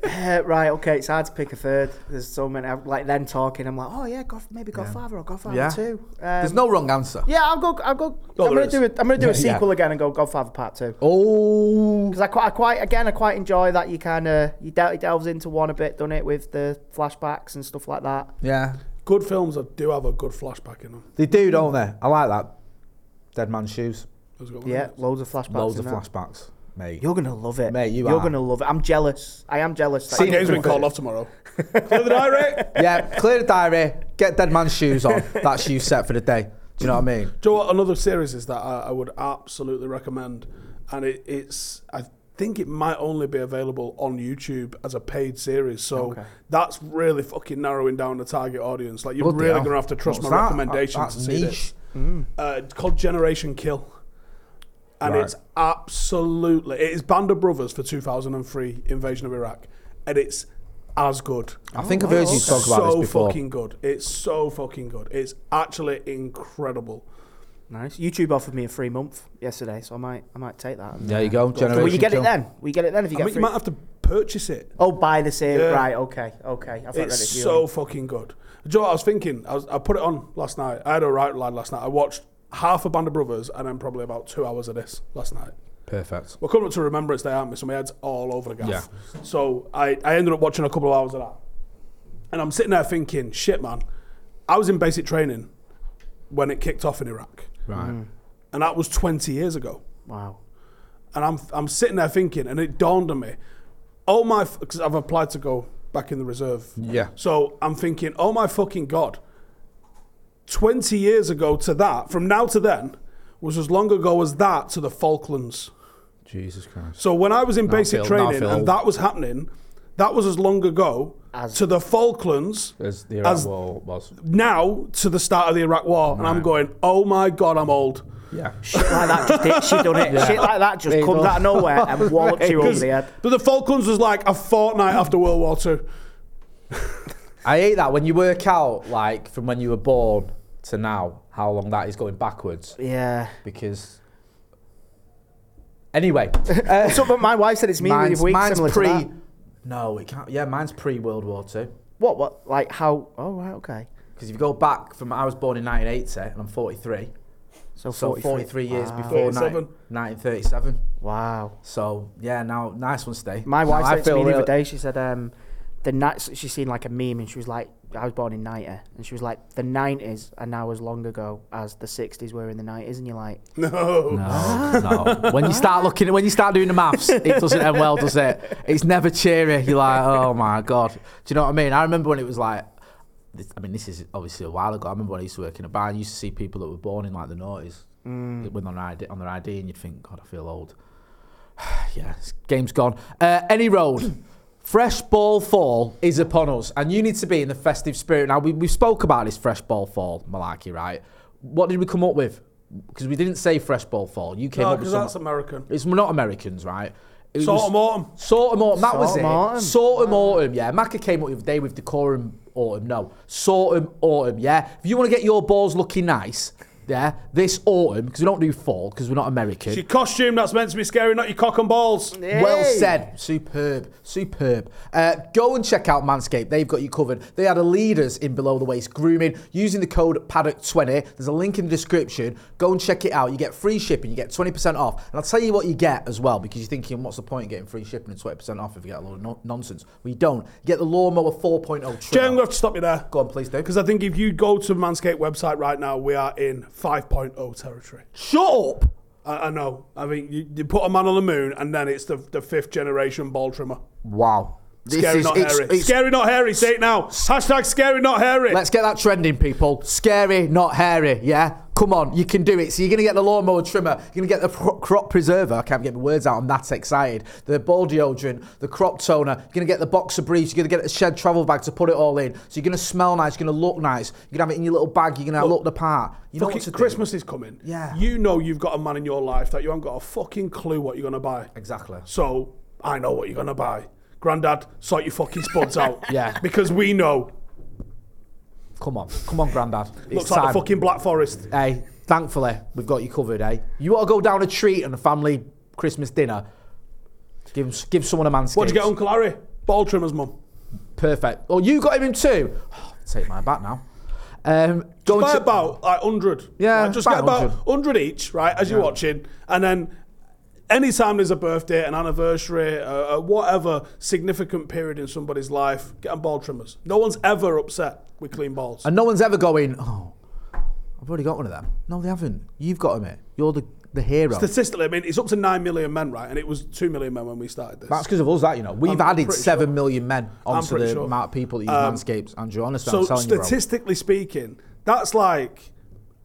Speaker 2: Uh, *laughs* right. Okay. It's hard to pick a third. There's so many. I'm, like then talking, I'm like, oh yeah, Godf- maybe Godfather or Godfather
Speaker 3: Yeah.
Speaker 2: Two. Um,
Speaker 3: There's no wrong answer.
Speaker 2: Yeah, I'll go. I'll go.
Speaker 1: No,
Speaker 2: I'm
Speaker 1: there
Speaker 2: gonna
Speaker 1: is.
Speaker 2: do it. I'm gonna do a
Speaker 3: Yeah.
Speaker 2: sequel again and go Godfather Part Two.
Speaker 3: Oh,
Speaker 2: Because I quite, I quite, again, I quite enjoy that you kind of you del- it delves into one a bit, done it with the flashbacks and stuff like that.
Speaker 3: yeah.
Speaker 1: Good films that do have a good flashback in them.
Speaker 3: They do, don't they? I like that. Dead Man's Shoes.
Speaker 1: Has it got one
Speaker 2: Yeah,
Speaker 1: in it?
Speaker 2: loads of flashbacks.
Speaker 3: Loads
Speaker 2: in
Speaker 3: of
Speaker 2: that.
Speaker 3: flashbacks, mate.
Speaker 2: You're gonna love it,
Speaker 3: Mate, you
Speaker 2: You're
Speaker 3: are.
Speaker 2: gonna love it. I'm jealous. I am jealous. that
Speaker 3: See,
Speaker 2: you-
Speaker 1: Game's been called off tomorrow.
Speaker 3: *laughs*
Speaker 1: Clear the diary.
Speaker 3: yeah, clear the diary, get dead man's shoes on. That's you set for the day. Do you know what I mean?
Speaker 1: Do you know what another series is that I, I would absolutely recommend, and it, it's I think it might only be available on YouTube as a paid series. So that's really fucking narrowing down the target audience. Like you're
Speaker 3: Bloody
Speaker 1: really
Speaker 3: hell.
Speaker 1: gonna have to trust
Speaker 3: What's
Speaker 1: my
Speaker 3: that?
Speaker 1: recommendations
Speaker 3: That-
Speaker 1: to
Speaker 3: that's
Speaker 1: see
Speaker 3: niche. Mm.
Speaker 1: this. Uh, it's called Generation Kill. And
Speaker 3: Right.
Speaker 1: it's absolutely it is Band of Brothers for 2003 invasion of Iraq, and it's as good.
Speaker 3: I think I've
Speaker 2: Oh,
Speaker 3: heard you talk about
Speaker 1: so
Speaker 3: this before.
Speaker 1: fucking good. It's so fucking good. It's actually incredible.
Speaker 2: Nice. YouTube offered me a free month yesterday, so I might, I might take that.
Speaker 3: There you go,
Speaker 2: Will
Speaker 3: generation.
Speaker 2: you get
Speaker 3: Kill.
Speaker 2: it then? Will you get it then if
Speaker 1: I
Speaker 2: you get
Speaker 1: mean, you
Speaker 2: free?
Speaker 1: might have to purchase it.
Speaker 2: Oh, buy the same.
Speaker 1: Yeah.
Speaker 2: Right. Okay. Okay. I thought
Speaker 1: It's
Speaker 2: that was you.
Speaker 1: so fucking good. Do you know what I was thinking? I, was, I put it on last night. I had a right lad last night. I watched half a Band of Brothers and then probably about two hours of this last night.
Speaker 3: Perfect.
Speaker 1: We're coming up to Remembrance Day, aren't we? So my head's all over the gaff.
Speaker 3: Yeah.
Speaker 1: So I, I ended up watching a couple of hours of that. And I'm sitting there thinking, shit, man, I was in basic training when it kicked off in Iraq.
Speaker 3: Right.
Speaker 2: Mm.
Speaker 1: And that was 20 years ago.
Speaker 2: Wow.
Speaker 1: And I'm, I'm sitting there thinking, and it dawned on me, all my, because I've applied to go back in the reserve.
Speaker 3: Yeah.
Speaker 1: So I'm thinking, oh my fucking God, 20 years ago to that, from now to then, was as long ago as that to the Falklands.
Speaker 3: Jesus Christ.
Speaker 1: So when I was in basic
Speaker 3: feel- now I
Speaker 1: training
Speaker 3: feel
Speaker 1: and
Speaker 3: old.
Speaker 1: that was happening, that was as long ago
Speaker 2: As-
Speaker 1: to the Falklands
Speaker 3: As the Iraq
Speaker 1: As-
Speaker 3: War was.
Speaker 1: now to the start of the Iraq War. And I'm
Speaker 3: Right.
Speaker 1: going, oh my God, I'm old.
Speaker 3: Yeah.
Speaker 2: Shit like that just did. She done it. Shit like that just
Speaker 3: There you
Speaker 2: comes
Speaker 3: go.
Speaker 2: out of
Speaker 3: *laughs*
Speaker 2: nowhere and wallops you over
Speaker 1: 'Cause-
Speaker 2: the head.
Speaker 1: But the Falklands was like a fortnight after World War II.
Speaker 3: I hate that when you work out like from when you were born to now how long that is going backwards
Speaker 2: Yeah.
Speaker 3: because.
Speaker 2: *laughs*
Speaker 3: Anyway,
Speaker 2: so, but my wife said it's me with
Speaker 3: mine's,
Speaker 2: week
Speaker 3: mine's
Speaker 2: similar
Speaker 3: pre.
Speaker 2: to that.
Speaker 3: No, it can't. Yeah, mine's pre World War Two.
Speaker 2: What? What? Like how? Oh right, okay.
Speaker 3: Because if you go back from I was born in 1980 and I'm 43,
Speaker 2: So,
Speaker 3: so 43,
Speaker 2: 43
Speaker 3: years
Speaker 2: Wow.
Speaker 3: before 9
Speaker 1: 37.
Speaker 3: 1937.
Speaker 2: Wow.
Speaker 3: So yeah, now nice one, stay.
Speaker 2: My wife
Speaker 3: now, I
Speaker 2: said to me
Speaker 3: feel
Speaker 2: the other
Speaker 3: real-
Speaker 2: day. She said um, the night she seen like a meme and she was like, I was born in ninety, and she was like, the nineties are now as long ago as the sixties were in the nineties, and you're like,
Speaker 1: *laughs* No. Oh,
Speaker 3: No, no. When you start looking, when you start doing the maths, it doesn't end well, does it? It's never cheery. You're like, oh my god. Do you know what I mean? I remember when it was like, this- I mean, this is obviously a while ago. I remember when I used to work in a bar. and used to see people that were born in like the noughties
Speaker 2: Mm.
Speaker 3: with on their ID, on their ID, and you'd think, God, I feel old. yeah, this game's gone. Uh, any road. Fresh ball fall is upon us, and you need to be in the festive spirit. Now we we spoke about this fresh ball fall malarkey, right? What did we come up with? Because we didn't say fresh ball fall. You came
Speaker 1: No,
Speaker 3: up with
Speaker 1: because
Speaker 3: some,
Speaker 1: that's American.
Speaker 3: It's not Americans, right? It
Speaker 1: Sort
Speaker 3: was-
Speaker 1: of autumn.
Speaker 3: Sortem autumn. That was
Speaker 2: Sortem
Speaker 3: it.
Speaker 2: autumn.
Speaker 3: Sortem autumn. Yeah, Macca came up with a day with decorum autumn. No, sortem autumn. Yeah, if you want to get your balls looking nice, yeah, this autumn because we don't do fall because we're not American.
Speaker 1: It's your costume that's meant to be scary, not your cock and balls.
Speaker 3: Well
Speaker 2: Hey!
Speaker 3: said. Superb. Superb. Uh, go and check out Manscaped. They've got you covered. They are the leaders in below the waist grooming using the code Paddock20. There's a link in the description. Go and check it out. You get free shipping. You get 20% off. And I'll tell you what you get as well because you're thinking, what's the point of getting free shipping and 20% off if you get a lot of no- nonsense? We don't. You get the lawnmower 4.0
Speaker 1: Jay, I'm
Speaker 3: trimmer.
Speaker 1: going to have to stop you there.
Speaker 3: Go on, please do.
Speaker 1: Because I think if you go to Manscaped website right now, we are in 5.0 territory.
Speaker 3: Shut up.
Speaker 1: I, I know. I mean, you, you put a man on the moon, and then it's the, the fifth generation ball trimmer.
Speaker 3: Wow. This
Speaker 1: Scary
Speaker 3: is-
Speaker 1: not
Speaker 3: it's-
Speaker 1: hairy.
Speaker 3: it's-
Speaker 1: scary not hairy. Say it now. Hashtag scary not hairy.
Speaker 3: Let's get that trending, people. Scary, not hairy. Yeah, come on, you can do it. So you're gonna get the lawnmower trimmer. You're gonna get the pro- crop preserver. I can't get my words out. I'm that excited. The ball deodorant, the crop toner. You're gonna get the boxer briefs. You're gonna get a shed travel bag to put it all in. So you're gonna smell nice. You're gonna look nice. You're gonna have it in your little bag. You're gonna look, the part. You know
Speaker 1: Fucking
Speaker 3: what to do.
Speaker 1: Christmas is coming.
Speaker 3: Yeah.
Speaker 1: You know you've got a man in your life that you haven't got a fucking clue what you're going to buy.
Speaker 3: Exactly.
Speaker 1: So I know what you're going to buy. Grandad, sort your fucking spuds out.
Speaker 3: *laughs* Yeah.
Speaker 1: Because we know.
Speaker 3: Come on, come on, Grandad. It's
Speaker 1: Looks like
Speaker 3: time.
Speaker 1: the fucking Black Forest.
Speaker 3: Hey, thankfully we've got you covered. Hey, you want to go down a treat on a family Christmas dinner? Give give someone a manscape.
Speaker 1: What'd you get, Uncle Harry? Ball trimmer's mum.
Speaker 3: Perfect. Oh, you got him in two. Oh, take my bat now. Um, go
Speaker 1: Buy
Speaker 3: and ch-
Speaker 1: about like hundred.
Speaker 3: Yeah,
Speaker 1: just
Speaker 3: about
Speaker 1: get about
Speaker 3: 100.
Speaker 1: hundred each, right? As you're watching, and then anytime there's a birthday, an anniversary, uh, uh, whatever significant period in somebody's life, get them ball trimmers. No one's ever upset with clean balls.
Speaker 3: and no one's ever going. Oh, I've already got one of them. No, they haven't. You've got him. It. You're the the hero.
Speaker 1: Statistically, I mean, it's up to nine million men, right? And it was two million men when we started this.
Speaker 3: That's because of us. That you know, we've
Speaker 1: I'm
Speaker 3: added
Speaker 1: pretty
Speaker 3: seven million men onto
Speaker 1: pretty
Speaker 3: the
Speaker 1: sure.
Speaker 3: amount of people that use manscapes. Andrew, honestly,
Speaker 1: so
Speaker 3: I'm telling you,
Speaker 1: statistically speaking, that's like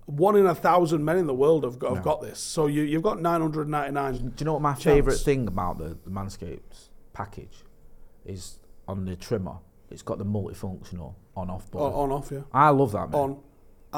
Speaker 1: one in a thousand men in the world have got, have got this. So you, you've got nine hundred ninety nine.
Speaker 3: bro. Do you know what my
Speaker 1: Chance.
Speaker 3: favourite thing about the, the manscapes package is on the trimmer? It's got the multifunctional on-off button.
Speaker 1: On off, yeah.
Speaker 3: I love that. Man.
Speaker 1: Oh, On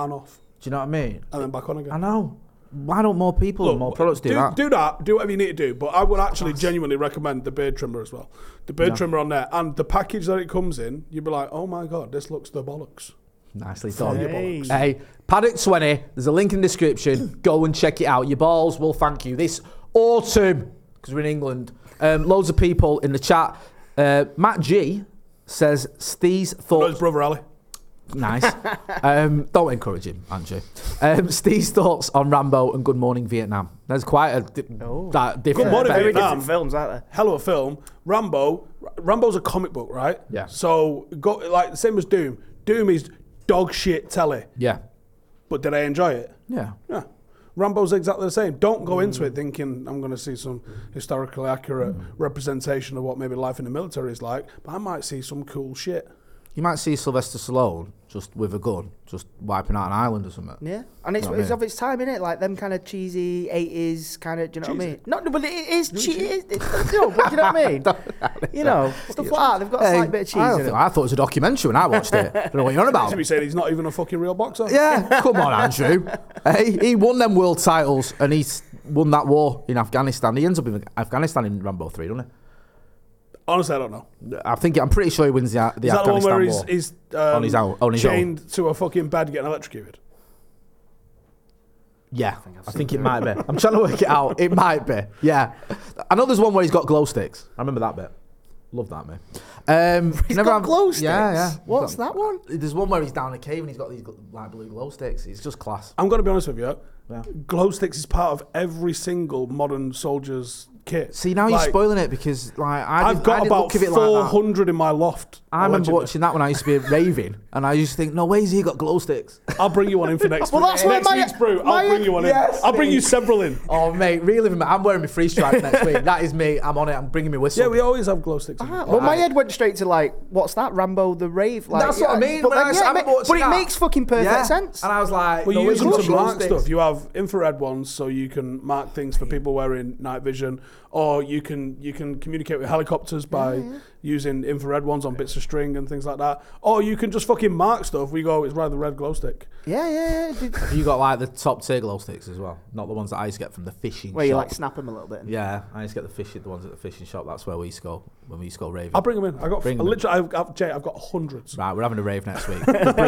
Speaker 1: and off,
Speaker 3: Do you know what I mean?
Speaker 1: and then back on again.
Speaker 3: I know. Why don't more people and more products do, that?
Speaker 1: Do that. Do whatever you need to do. But I would actually genuinely recommend the beard trimmer as well. The beard trimmer on there and the package that it comes in, you'd be like, oh my god, this looks the bollocks.
Speaker 3: Nicely done.
Speaker 1: your
Speaker 2: bollocks.
Speaker 3: Hey, Paddock 20, there's a link in the description. Go and check it out. Your balls will thank you this autumn because we're in England. Um, loads of people in the chat. Uh, Matt G says, Steve's
Speaker 1: Not his
Speaker 3: thoughts.
Speaker 1: brother Ali.
Speaker 3: Nice. um, don't encourage him, Andrew. Um, Steve's thoughts on Rambo and Good Morning Vietnam. There's quite a di-
Speaker 2: Oh.
Speaker 3: that different.
Speaker 1: Good Morning
Speaker 3: very
Speaker 2: Very
Speaker 1: Vietnam.
Speaker 3: different-
Speaker 2: different films, aren't
Speaker 1: hell of a film. Rambo, R- Rambo's a comic book, right?
Speaker 3: Yeah.
Speaker 1: So go like same as Doom. Doom is dog shit telly,
Speaker 3: Yeah.
Speaker 1: but did I enjoy it?
Speaker 3: Yeah.
Speaker 1: Yeah. Rambo's exactly the same. Don't go into it thinking I'm going to see some historically accurate representation of what maybe life in the military is like, but I might see some cool shit.
Speaker 3: You might see Sylvester Stallone just with a gun, just wiping out an island or something.
Speaker 2: they? Yeah, and it's,
Speaker 3: Know what I
Speaker 2: it's
Speaker 3: mean?
Speaker 2: of its time, innit? Like them kind of cheesy eighties kind of. Do you know what I
Speaker 1: Cheesy.
Speaker 2: mean? Not, but it is cheesy. It, it, no, but you know
Speaker 3: *laughs*
Speaker 2: what I mean? you know, stuff like that. They've got a
Speaker 3: Hey,
Speaker 2: slight bit of cheese
Speaker 3: I, don't
Speaker 2: in it.
Speaker 3: think- I thought it was a documentary when I watched it. I don't know what you're on
Speaker 1: To
Speaker 3: about.
Speaker 1: be saying he's not even a fucking real boxer.
Speaker 3: *laughs* Yeah, come on, Andrew. hey, he won them world titles and he's won that war in Afghanistan. He ends up in Afghanistan in Rambo 3, doesn't
Speaker 1: Honestly, I don't know.
Speaker 3: he? I think I'm pretty sure he wins the, the
Speaker 1: Is that the one
Speaker 3: Afghanistan
Speaker 1: where he's,
Speaker 3: war.
Speaker 1: he's um,
Speaker 3: On his own- on his
Speaker 1: chained to a fucking bed getting electrocuted?
Speaker 3: yeah, I think, it might be. I'm trying to work it out. It might be. Yeah, I know there's one where he's got glow sticks. I remember that bit. Love that man.
Speaker 2: *laughs*
Speaker 3: Um, he's
Speaker 2: got glow
Speaker 3: Yeah, yeah.
Speaker 2: sticks? What's that one?
Speaker 3: There's one where he's down a cave and he's got these gl- light blue glow sticks. It's just class.
Speaker 1: I'm going to be honest with you.
Speaker 3: Yeah.
Speaker 1: Glow sticks is part of every single modern soldier's kit.
Speaker 3: See, now
Speaker 1: Like,
Speaker 3: you're spoiling it because like I
Speaker 1: I've
Speaker 3: didn't-
Speaker 1: got
Speaker 3: I didn't
Speaker 1: about
Speaker 3: look at it like that.
Speaker 1: 400 in my loft.
Speaker 3: I remember
Speaker 1: allegedly.
Speaker 3: watching that when I used to be raving, and I used to think, no way, has he got glow sticks?
Speaker 1: I'll bring you one in for
Speaker 3: *laughs*
Speaker 1: next
Speaker 2: Well,
Speaker 1: week.
Speaker 2: that's where
Speaker 1: next
Speaker 2: my-
Speaker 1: week's brew.
Speaker 2: my-
Speaker 1: I'll bring you one in.
Speaker 3: yes,
Speaker 1: I'll bring you
Speaker 3: please.
Speaker 1: several in.
Speaker 3: *laughs* oh, mate, reliving me. I'm wearing my free stripes next *laughs* week. That is me. I'm on it. I'm bringing me whistle.
Speaker 1: Yeah, we always have glow sticks. in.
Speaker 2: Ah, well, my head went straight to like, what's that? Rambo the Rave. Like,
Speaker 3: That's what I mean.
Speaker 2: But,
Speaker 3: when
Speaker 2: like,
Speaker 3: I was-
Speaker 2: yeah, it
Speaker 3: I
Speaker 2: ma-
Speaker 3: remember watching
Speaker 2: but it
Speaker 3: that.
Speaker 2: makes fucking perfect
Speaker 3: Yeah.
Speaker 2: sense.
Speaker 3: And I was like,
Speaker 1: well,
Speaker 3: no,
Speaker 1: you use
Speaker 3: it's
Speaker 1: them
Speaker 3: got
Speaker 1: to
Speaker 3: glow
Speaker 1: mark
Speaker 3: sticks.
Speaker 1: stuff. You have infrared ones, so you can mark things for people wearing night vision, or you can you can communicate with helicopters by
Speaker 3: Mm-hmm.
Speaker 1: using infrared ones on bits of string and things like that. Or you can just fucking mark stuff. We go, it's rather the red glow stick.
Speaker 2: yeah, yeah, yeah. Did-
Speaker 3: Have you got like the top tier glow sticks as well? Not the ones that I used to get from the fishing
Speaker 2: Where
Speaker 3: shop.
Speaker 2: you like snap him a little bit. and-
Speaker 3: yeah, I used to get the fish, the ones at the fishing shop. That's where we used to go when we used to go raving.
Speaker 1: I'll bring them in. I got
Speaker 3: Bring 'em in.
Speaker 1: literally, I've, I've, Jay, I've got hundreds.
Speaker 3: Right, we're having a rave next week.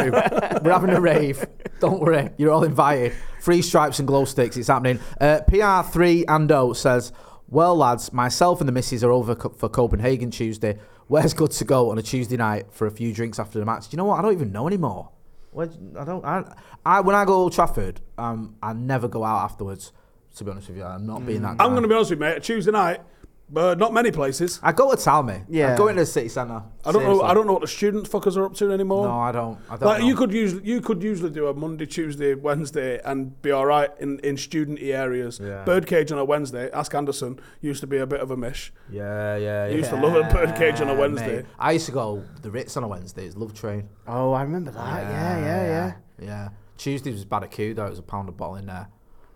Speaker 3: we're having a rave. Don't worry, you're all invited. Free stripes and glow sticks. It's happening. Uh, PR3 Ando says, "Well, lads, myself and the missus are over co- for Copenhagen Tuesday. Where's good to go on a Tuesday night for a few drinks after the match? Do you know what? I don't even know anymore. Where, I don't. I, I when I go to Old Trafford, um, I never go out afterwards. To be honest with you, I'm not being that. Guy.
Speaker 1: Mm. I'm going to be honest with you, mate. Tuesday night, uh, not many places.
Speaker 3: I go to Talmy.
Speaker 2: Yeah.
Speaker 3: I go into the city centre.
Speaker 1: I don't know.
Speaker 3: Seriously.
Speaker 1: I don't know what the student fuckers are up to anymore.
Speaker 3: No, I don't. I don't
Speaker 1: Like
Speaker 3: know.
Speaker 1: you could usually you could usually do a Monday, Tuesday, Wednesday, and be all right in in studenty areas.
Speaker 3: Yeah.
Speaker 1: Birdcage on a Wednesday. Ask Anderson used to be a bit of a mish.
Speaker 3: Yeah, yeah, yeah.
Speaker 1: You used to love a birdcage on a Wednesday.
Speaker 3: mate. I used to go the Ritz on a Wednesday. It's Love Train.
Speaker 2: Oh, I remember that. Yeah, yeah, yeah.
Speaker 3: yeah. Tuesday was bad at Coup, though. It was a pound a bottle in there.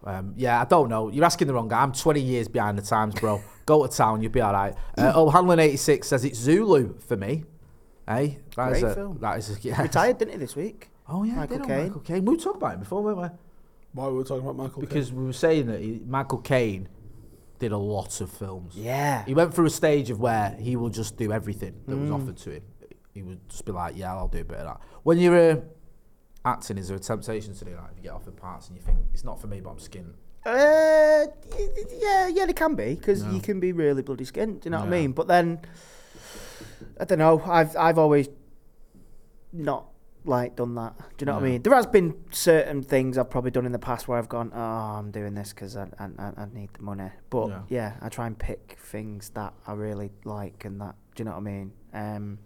Speaker 3: Um, yeah, I don't know. You're asking the wrong guy. I'm 20 years behind the times,
Speaker 2: *laughs*
Speaker 3: bro. go to town, you'll be all right. Uh, oh, Hanlon86 says it's Zulu for me. Hey, that is
Speaker 2: Great
Speaker 3: a,
Speaker 2: film.
Speaker 3: That is a, yeah.
Speaker 2: Retired, didn't he, this week?
Speaker 3: *laughs* Oh yeah,
Speaker 2: Michael
Speaker 3: Michael Caine.
Speaker 2: Caine.
Speaker 3: Michael Caine. We talked about him before, weren't we?
Speaker 1: Why were we talking about Michael? Caine?
Speaker 3: Because we were saying that he, Michael Caine did a lot of films.
Speaker 2: Yeah.
Speaker 3: He went through a stage of where he will just do everything that was offered to him. He would just be like, "Yeah, I'll do a bit of that." When you're uh, acting, is there a temptation to do that? If you get offered parts and you think it's not for me, but I'm skin.
Speaker 2: Uh, y- y- yeah, yeah, they can be because you can be really bloody skint. Do you know what I
Speaker 3: Yeah.
Speaker 2: mean? But then, I don't know. I've I've always not like done that. Do you know what I
Speaker 3: Yeah.
Speaker 2: mean? There has been certain things I've probably done in the past where I've gone, oh, I'm doing this because I, I I I need the money. But
Speaker 3: Yeah.
Speaker 2: yeah. I try and pick things that I really like and that. Do you know what I mean? Um,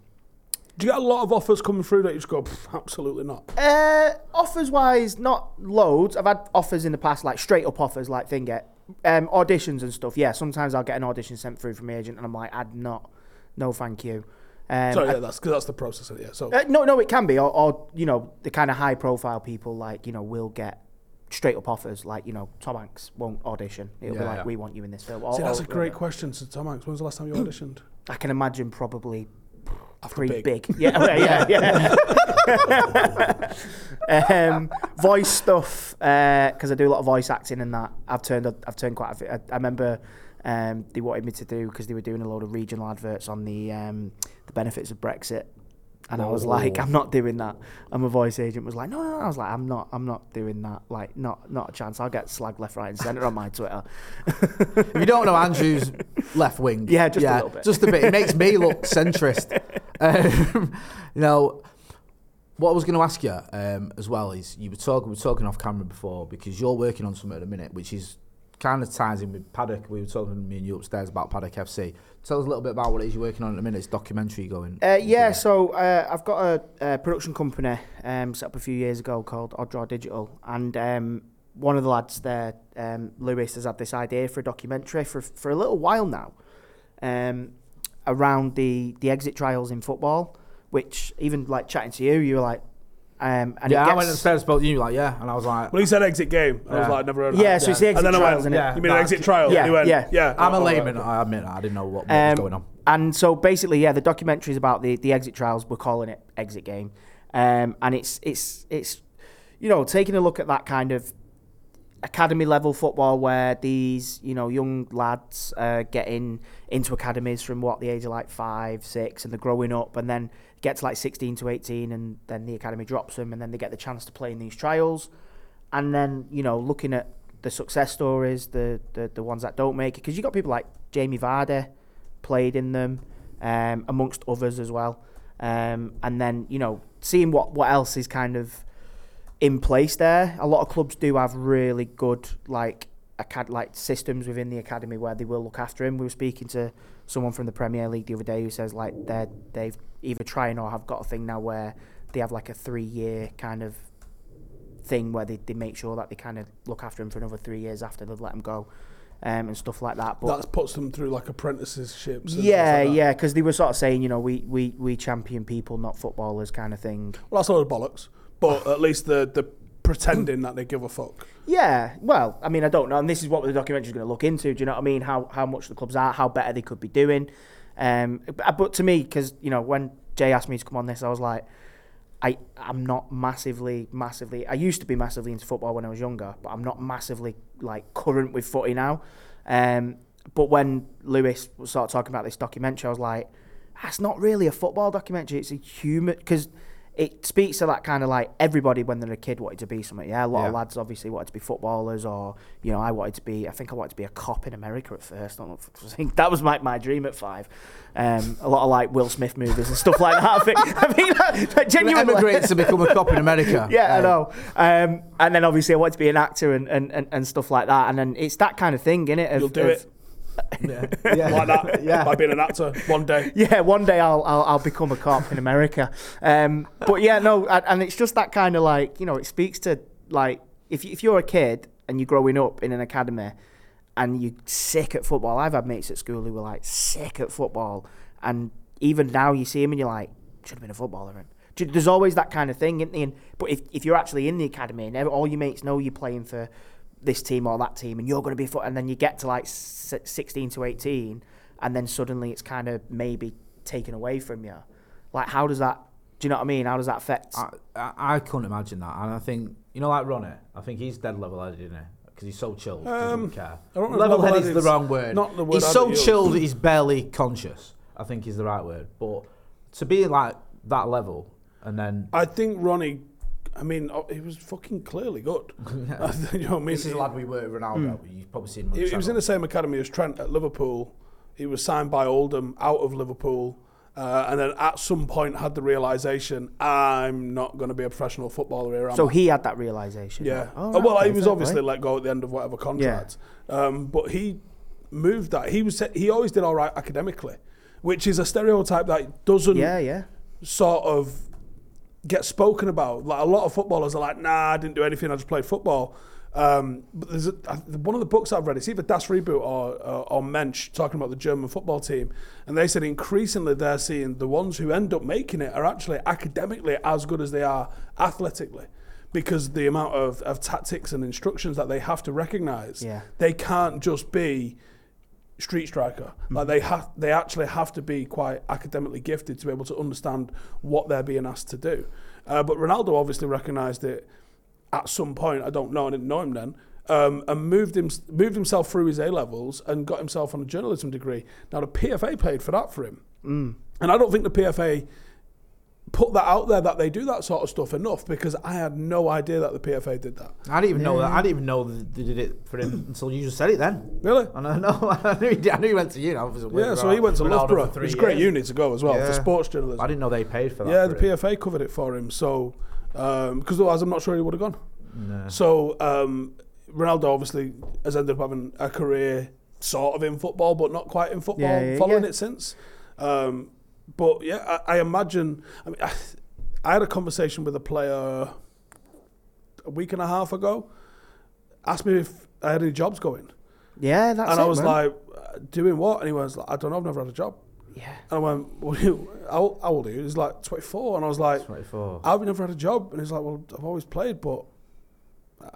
Speaker 1: do you get a lot of offers coming through that you just go "Pff, absolutely not?
Speaker 2: Uh, offers wise, not loads. I've had offers in the past, like straight up offers, like thing get um, auditions and stuff. Yeah, sometimes I'll get an audition sent through from the agent, and I'm like, I'd not, no, thank you. Um,
Speaker 1: Sorry,
Speaker 2: I-
Speaker 1: yeah, that's because that's the process. Of it, yeah. So
Speaker 2: uh, no, no, it can be, or, or you know, the kind of high profile people like you know will get straight up offers, like you know, Tom Hanks won't audition. It'll be
Speaker 3: Yeah,
Speaker 2: like,
Speaker 3: yeah.
Speaker 2: we want you in this film. Or,
Speaker 1: see,
Speaker 3: Oh,
Speaker 1: that's
Speaker 2: or-
Speaker 1: a great question. So Tom Hanks, when was the last time you auditioned?
Speaker 2: I can imagine probably
Speaker 1: After
Speaker 2: pretty
Speaker 1: big.
Speaker 2: big. Yeah, yeah,
Speaker 1: *laughs*
Speaker 2: yeah. yeah. um, voice stuff because I do a lot of voice acting and that. I've turned I've turned quite. A few, I, I remember um, they wanted me to do because they were doing a load of regional adverts on the um, the benefits of Brexit. And I was like,
Speaker 3: Oh.
Speaker 2: I'm not doing that. And my voice agent was like, No, no, no. I was like, I'm not, I'm not doing that. Like, not, not a chance. I'll get slag left, right, and centre on my Twitter.
Speaker 3: If you don't
Speaker 2: *laughs*
Speaker 3: know Andrew's left wing,
Speaker 2: Yeah, just a little bit. *laughs*
Speaker 3: *laughs* just a bit. It makes me look centrist. Um, you know, What I was going to ask you um, as well is you were talking we were talking off camera before because you're working on something at the minute, which is kind of ties in with Paddock. We were talking me and you upstairs about Paddock FC. Tell us a little bit about what it is you're working on at the minute. It's a documentary going.
Speaker 2: Uh, yeah, so uh, I've got a, uh production company um, set up a few years ago called Odd Draw Digital, and um, one of the lads there, um, Lewis, has had this idea for a documentary for for a little while now, um, around the the exit trials in football, which even like chatting to you, you were like, um, and
Speaker 3: yeah,
Speaker 2: it
Speaker 3: I went
Speaker 2: gets-
Speaker 3: upstairs, spoke to you like yeah, and I was like,
Speaker 1: Well, he said exit game. I was
Speaker 3: Yeah.
Speaker 1: like, never heard of
Speaker 2: yeah,
Speaker 1: that.
Speaker 2: so it's the
Speaker 1: And
Speaker 2: exit
Speaker 1: then I
Speaker 2: trials,
Speaker 1: went,
Speaker 2: isn't it?
Speaker 1: You mean an
Speaker 3: Nah,
Speaker 1: exit trial?
Speaker 2: yeah,
Speaker 1: And he went,
Speaker 2: yeah.
Speaker 1: yeah.
Speaker 3: I'm a
Speaker 1: Oh,
Speaker 3: layman. I admit that. I didn't know what, what was going on.
Speaker 2: um, And so basically, yeah, the documentary is about the, the exit trials. We're calling it Exit Game, um, and it's it's it's you know taking a look at that kind of academy level football where these you know young lads uh, get in into academies from what the age of like five, six, and they're growing up, and then get to like sixteen to eighteen, and then the academy drops them, and then they get the chance to play in these trials, and then you know looking at the success stories, the the, the ones that don't make it, because you got people like Jamie Vardy played in them, um, amongst others as well, um, and then you know seeing what what else is kind of in place there. A lot of clubs do have really good like acad- like systems within the academy where they will look after him. We were speaking to someone from the Premier League the other day who says like they are they've either trying or have got a thing now where they have like a three year kind of thing where they, they make sure that they kind of look after him for another three years after they've let him go um, and stuff like that. But
Speaker 1: That puts them through like apprenticeships. and
Speaker 2: yeah,
Speaker 1: stuff like that.
Speaker 2: yeah, because they were sort of saying, you know, we, we, we champion people, not footballers, kind of thing.
Speaker 1: Well, that's a load of bollocks. But at least they're, they're pretending that they give a fuck.
Speaker 2: Yeah, well, I mean, I don't know, and this is what the documentary's going to look into. Do you know what I mean? How how much the clubs are, how better they could be doing. Um, but, but to me, because you know, when Jay asked me to come on this, I was like, I I'm not massively massively. I used to be massively into football when I was younger, but I'm not massively like current with footy now. Um, but when Lewis was sort of talking about this documentary, I was like, that's not really a football documentary. It's a human because. It speaks to that kind of like everybody when they're a kid wanted to be something. Yeah, a lot of
Speaker 3: Yeah.
Speaker 2: lads obviously wanted to be footballers, or you know, I wanted to be. I think I wanted to be a cop in America at first. I don't know. If, I think that was my, my dream at five. Um, a lot of like Will Smith movies and stuff like that. I think *laughs* I mean, like, genuinely.
Speaker 3: Emigrate to become a cop in America.
Speaker 2: *laughs* Yeah, I
Speaker 3: Hey.
Speaker 2: know. Um, and then obviously I wanted to be an actor and, and, and, and stuff like that. And then it's that kind of thing, innit? Of,
Speaker 1: You'll do
Speaker 2: of-
Speaker 1: it
Speaker 2: *laughs*
Speaker 3: Yeah.
Speaker 1: like
Speaker 3: yeah.
Speaker 1: that
Speaker 3: Yeah.
Speaker 1: by being an actor one day.
Speaker 2: Yeah, one day I'll I'll, I'll become a cop in America. Um, but yeah, no, and, and it's just that kind of like you know, it speaks to like if you, if you're a kid and you're growing up in an academy and you're sick at football. I've had mates at school who were like sick at football, and even now you see him and you're like, should have been a footballer. And do- there's always that kind of thing, isn't there? And, but if, if you're actually in the academy and ev- all your mates know you're playing for this team or that team and you're going to be foot and then you get to like s- 16 to 18 and then suddenly it's kind of maybe taken away from you like how does that do you know what i mean how does that affect
Speaker 3: I, I, I couldn't imagine that. And I think, you know, like Ronnie, I think he's dead level headed, isn't he? Because he's so chilled. he doesn't care.
Speaker 1: Um, I don't know if
Speaker 3: Level headed's the
Speaker 1: level-headed's
Speaker 3: wrong word.
Speaker 1: not the word
Speaker 3: He's
Speaker 1: I'd
Speaker 3: so
Speaker 1: use.
Speaker 3: chilled that he's barely conscious, I think is the right word. But to be like that level and then.
Speaker 1: I think Ronnie, I mean, oh, he was fucking clearly
Speaker 3: *laughs*
Speaker 1: good. *laughs* you know what I mean?
Speaker 3: This is a lad we were with Ronaldo. You've probably seen him. on
Speaker 1: Hmm. He, he was in
Speaker 3: channel.
Speaker 1: the same academy as Trent at Liverpool. He was signed by Oldham out of Liverpool. Uh, and then at some point had the realization, I'm not going to be a professional footballer here. am
Speaker 2: so
Speaker 1: I?
Speaker 2: he had that realization
Speaker 1: Yeah.
Speaker 2: Oh,
Speaker 1: Uh,
Speaker 2: right,
Speaker 1: well,
Speaker 2: okay,
Speaker 1: he was
Speaker 2: fair
Speaker 1: obviously
Speaker 2: play.
Speaker 1: let go at the end of whatever contract. Um, but he moved that. He was he always did all right academically, which is a stereotype that doesn't
Speaker 2: yeah yeah
Speaker 1: sort of get spoken about. Like a lot of footballers are like, nah, I didn't do anything. I just played football. Um, but there's a, I- one of the books I've read. It's either Das Reboot or uh, or Mensch talking about the German football team, and they said increasingly they're seeing the ones who end up making it are actually academically as good as they are athletically, because the amount of, of tactics and instructions that they have to recognise.
Speaker 2: Yeah.
Speaker 1: They can't just be street striker. Like they have, they actually have to be quite academically gifted to be able to understand what they're being asked to do. Uh, but Ronaldo obviously recognised it at some point. I don't know. I didn't know him then. Um, and moved him moved himself through his A levels and got himself on a journalism degree. Now the PFA paid for that for him, mm. and I don't think the PFA put that out there that they do that sort of stuff enough because I had no idea that the PFA did that.
Speaker 3: I didn't even know that. I didn't even know that they did it
Speaker 1: *clears throat*
Speaker 3: for him until you just said it then.
Speaker 1: Really?
Speaker 3: And I know. *laughs* I knew he, did- I knew he went to you. That was a weird
Speaker 1: Yeah, so
Speaker 3: route.
Speaker 1: he went to
Speaker 3: Been out of
Speaker 1: Loughborough.
Speaker 3: for
Speaker 1: It
Speaker 3: three
Speaker 1: was a great
Speaker 3: years.
Speaker 1: uni to go as well
Speaker 3: Yeah.
Speaker 1: for sports journalism.
Speaker 3: I didn't know they paid for that.
Speaker 1: Yeah,
Speaker 3: for
Speaker 1: the
Speaker 3: him.
Speaker 1: PFA covered it for him. So, because otherwise, I'm not sure he would have gone. So, um, Ronaldo obviously has ended up having a career sort of in football, but not quite in football,
Speaker 2: Yeah, yeah,
Speaker 1: following
Speaker 2: yeah.
Speaker 1: it since. Um, but yeah, I, I imagine. I mean, I, I had a conversation with a player a week and a half ago. Asked me if I had any jobs going,
Speaker 2: Yeah, that's
Speaker 1: and
Speaker 2: it,
Speaker 1: I was
Speaker 2: man.
Speaker 1: like, "Uh, "Doing what?" And he was like, "I don't know. I've never had a job."
Speaker 2: yeah,
Speaker 1: And I went, well, you, how, how old are you? He's like 24. And I was like,
Speaker 3: 24.
Speaker 1: I've never had a job. And he's like, well, I've always played, but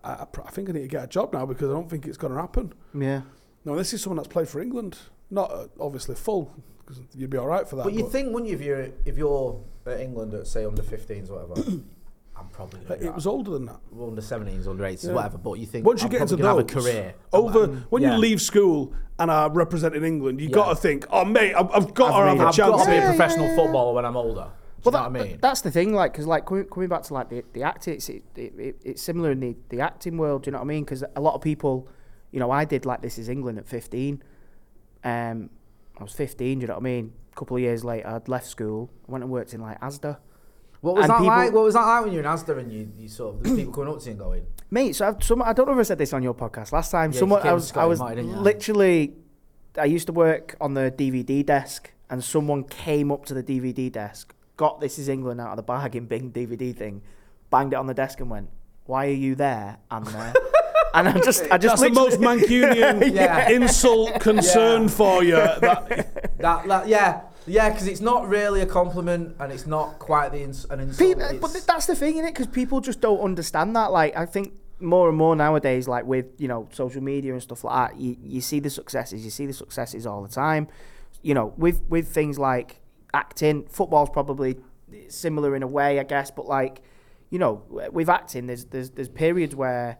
Speaker 1: I, I, pr- I think I need to get a job now because I don't think it's going to happen.
Speaker 2: yeah.
Speaker 1: No, this is someone that's played for England. Not uh, obviously full, because you'd be all right for that.
Speaker 3: But you think, wouldn't you, if you're if you're at England at say under 15s, whatever,
Speaker 1: *clears throat*
Speaker 3: I'm probably
Speaker 1: uh,
Speaker 3: gonna
Speaker 1: it
Speaker 3: be
Speaker 1: was older than that.
Speaker 3: well, under 17s, under 18s,
Speaker 1: Yeah.
Speaker 3: whatever. But you think
Speaker 1: Once you
Speaker 3: I'm
Speaker 1: get into
Speaker 3: probably
Speaker 1: those,
Speaker 3: gonna have a career
Speaker 1: over
Speaker 3: I'm like,
Speaker 1: when
Speaker 3: yeah.
Speaker 1: you leave school and are representing England, you
Speaker 3: Yeah.
Speaker 1: got to think, oh mate, I've, I've got to
Speaker 3: I've,
Speaker 1: have a
Speaker 3: I've got
Speaker 1: chance
Speaker 3: to be a
Speaker 1: here.
Speaker 3: professional footballer when I'm older. Do you
Speaker 2: Well,
Speaker 3: know
Speaker 2: that-
Speaker 3: what I mean?
Speaker 2: That's the thing, like, because like coming, coming back to like the, the acting, it's, it, it, it, it's similar in the, the acting world. Do you know what I mean? Because a lot of people, you know, I did like this is England at fifteen. Um, I was fifteen. Do you know what I mean? A couple of years later, I'd left school. I went and worked in like ASDA.
Speaker 3: what was
Speaker 2: and
Speaker 3: that
Speaker 2: people-
Speaker 3: like? What was that like when you were in Asda and you, you sort of there's people coming up to you and going,
Speaker 2: Mate, so I've, some, I don't know if I said this on your podcast last time.
Speaker 3: Yeah,
Speaker 2: someone
Speaker 3: you came
Speaker 2: I
Speaker 3: to
Speaker 2: was,
Speaker 3: Sky
Speaker 2: I was
Speaker 3: United, didn't you?
Speaker 2: literally, I used to work on the DVD desk, and someone came up to the DVD desk, got "This Is England" out of the bargain bin DVD thing, banged it on the desk, and went, "Why are you there?" I'm
Speaker 3: *laughs*
Speaker 2: there, and I just, I just
Speaker 1: That's the
Speaker 2: *laughs*
Speaker 1: most
Speaker 2: literally-
Speaker 1: Mancunian
Speaker 3: Yeah.
Speaker 1: insult concern for you. That,
Speaker 3: that, that yeah, yeah, because it's not really a compliment and it's not quite the ins- an insult.
Speaker 2: People,
Speaker 3: it's-
Speaker 2: but th- that's the thing, innit? Because people just don't understand that. Like, I think more and more nowadays, like with you know social media and stuff like that, you, you see the successes, you see the successes all the time. You know, with with things like acting, football's probably similar in a way, I guess. But like, you know, w- with acting, there's there's there's periods where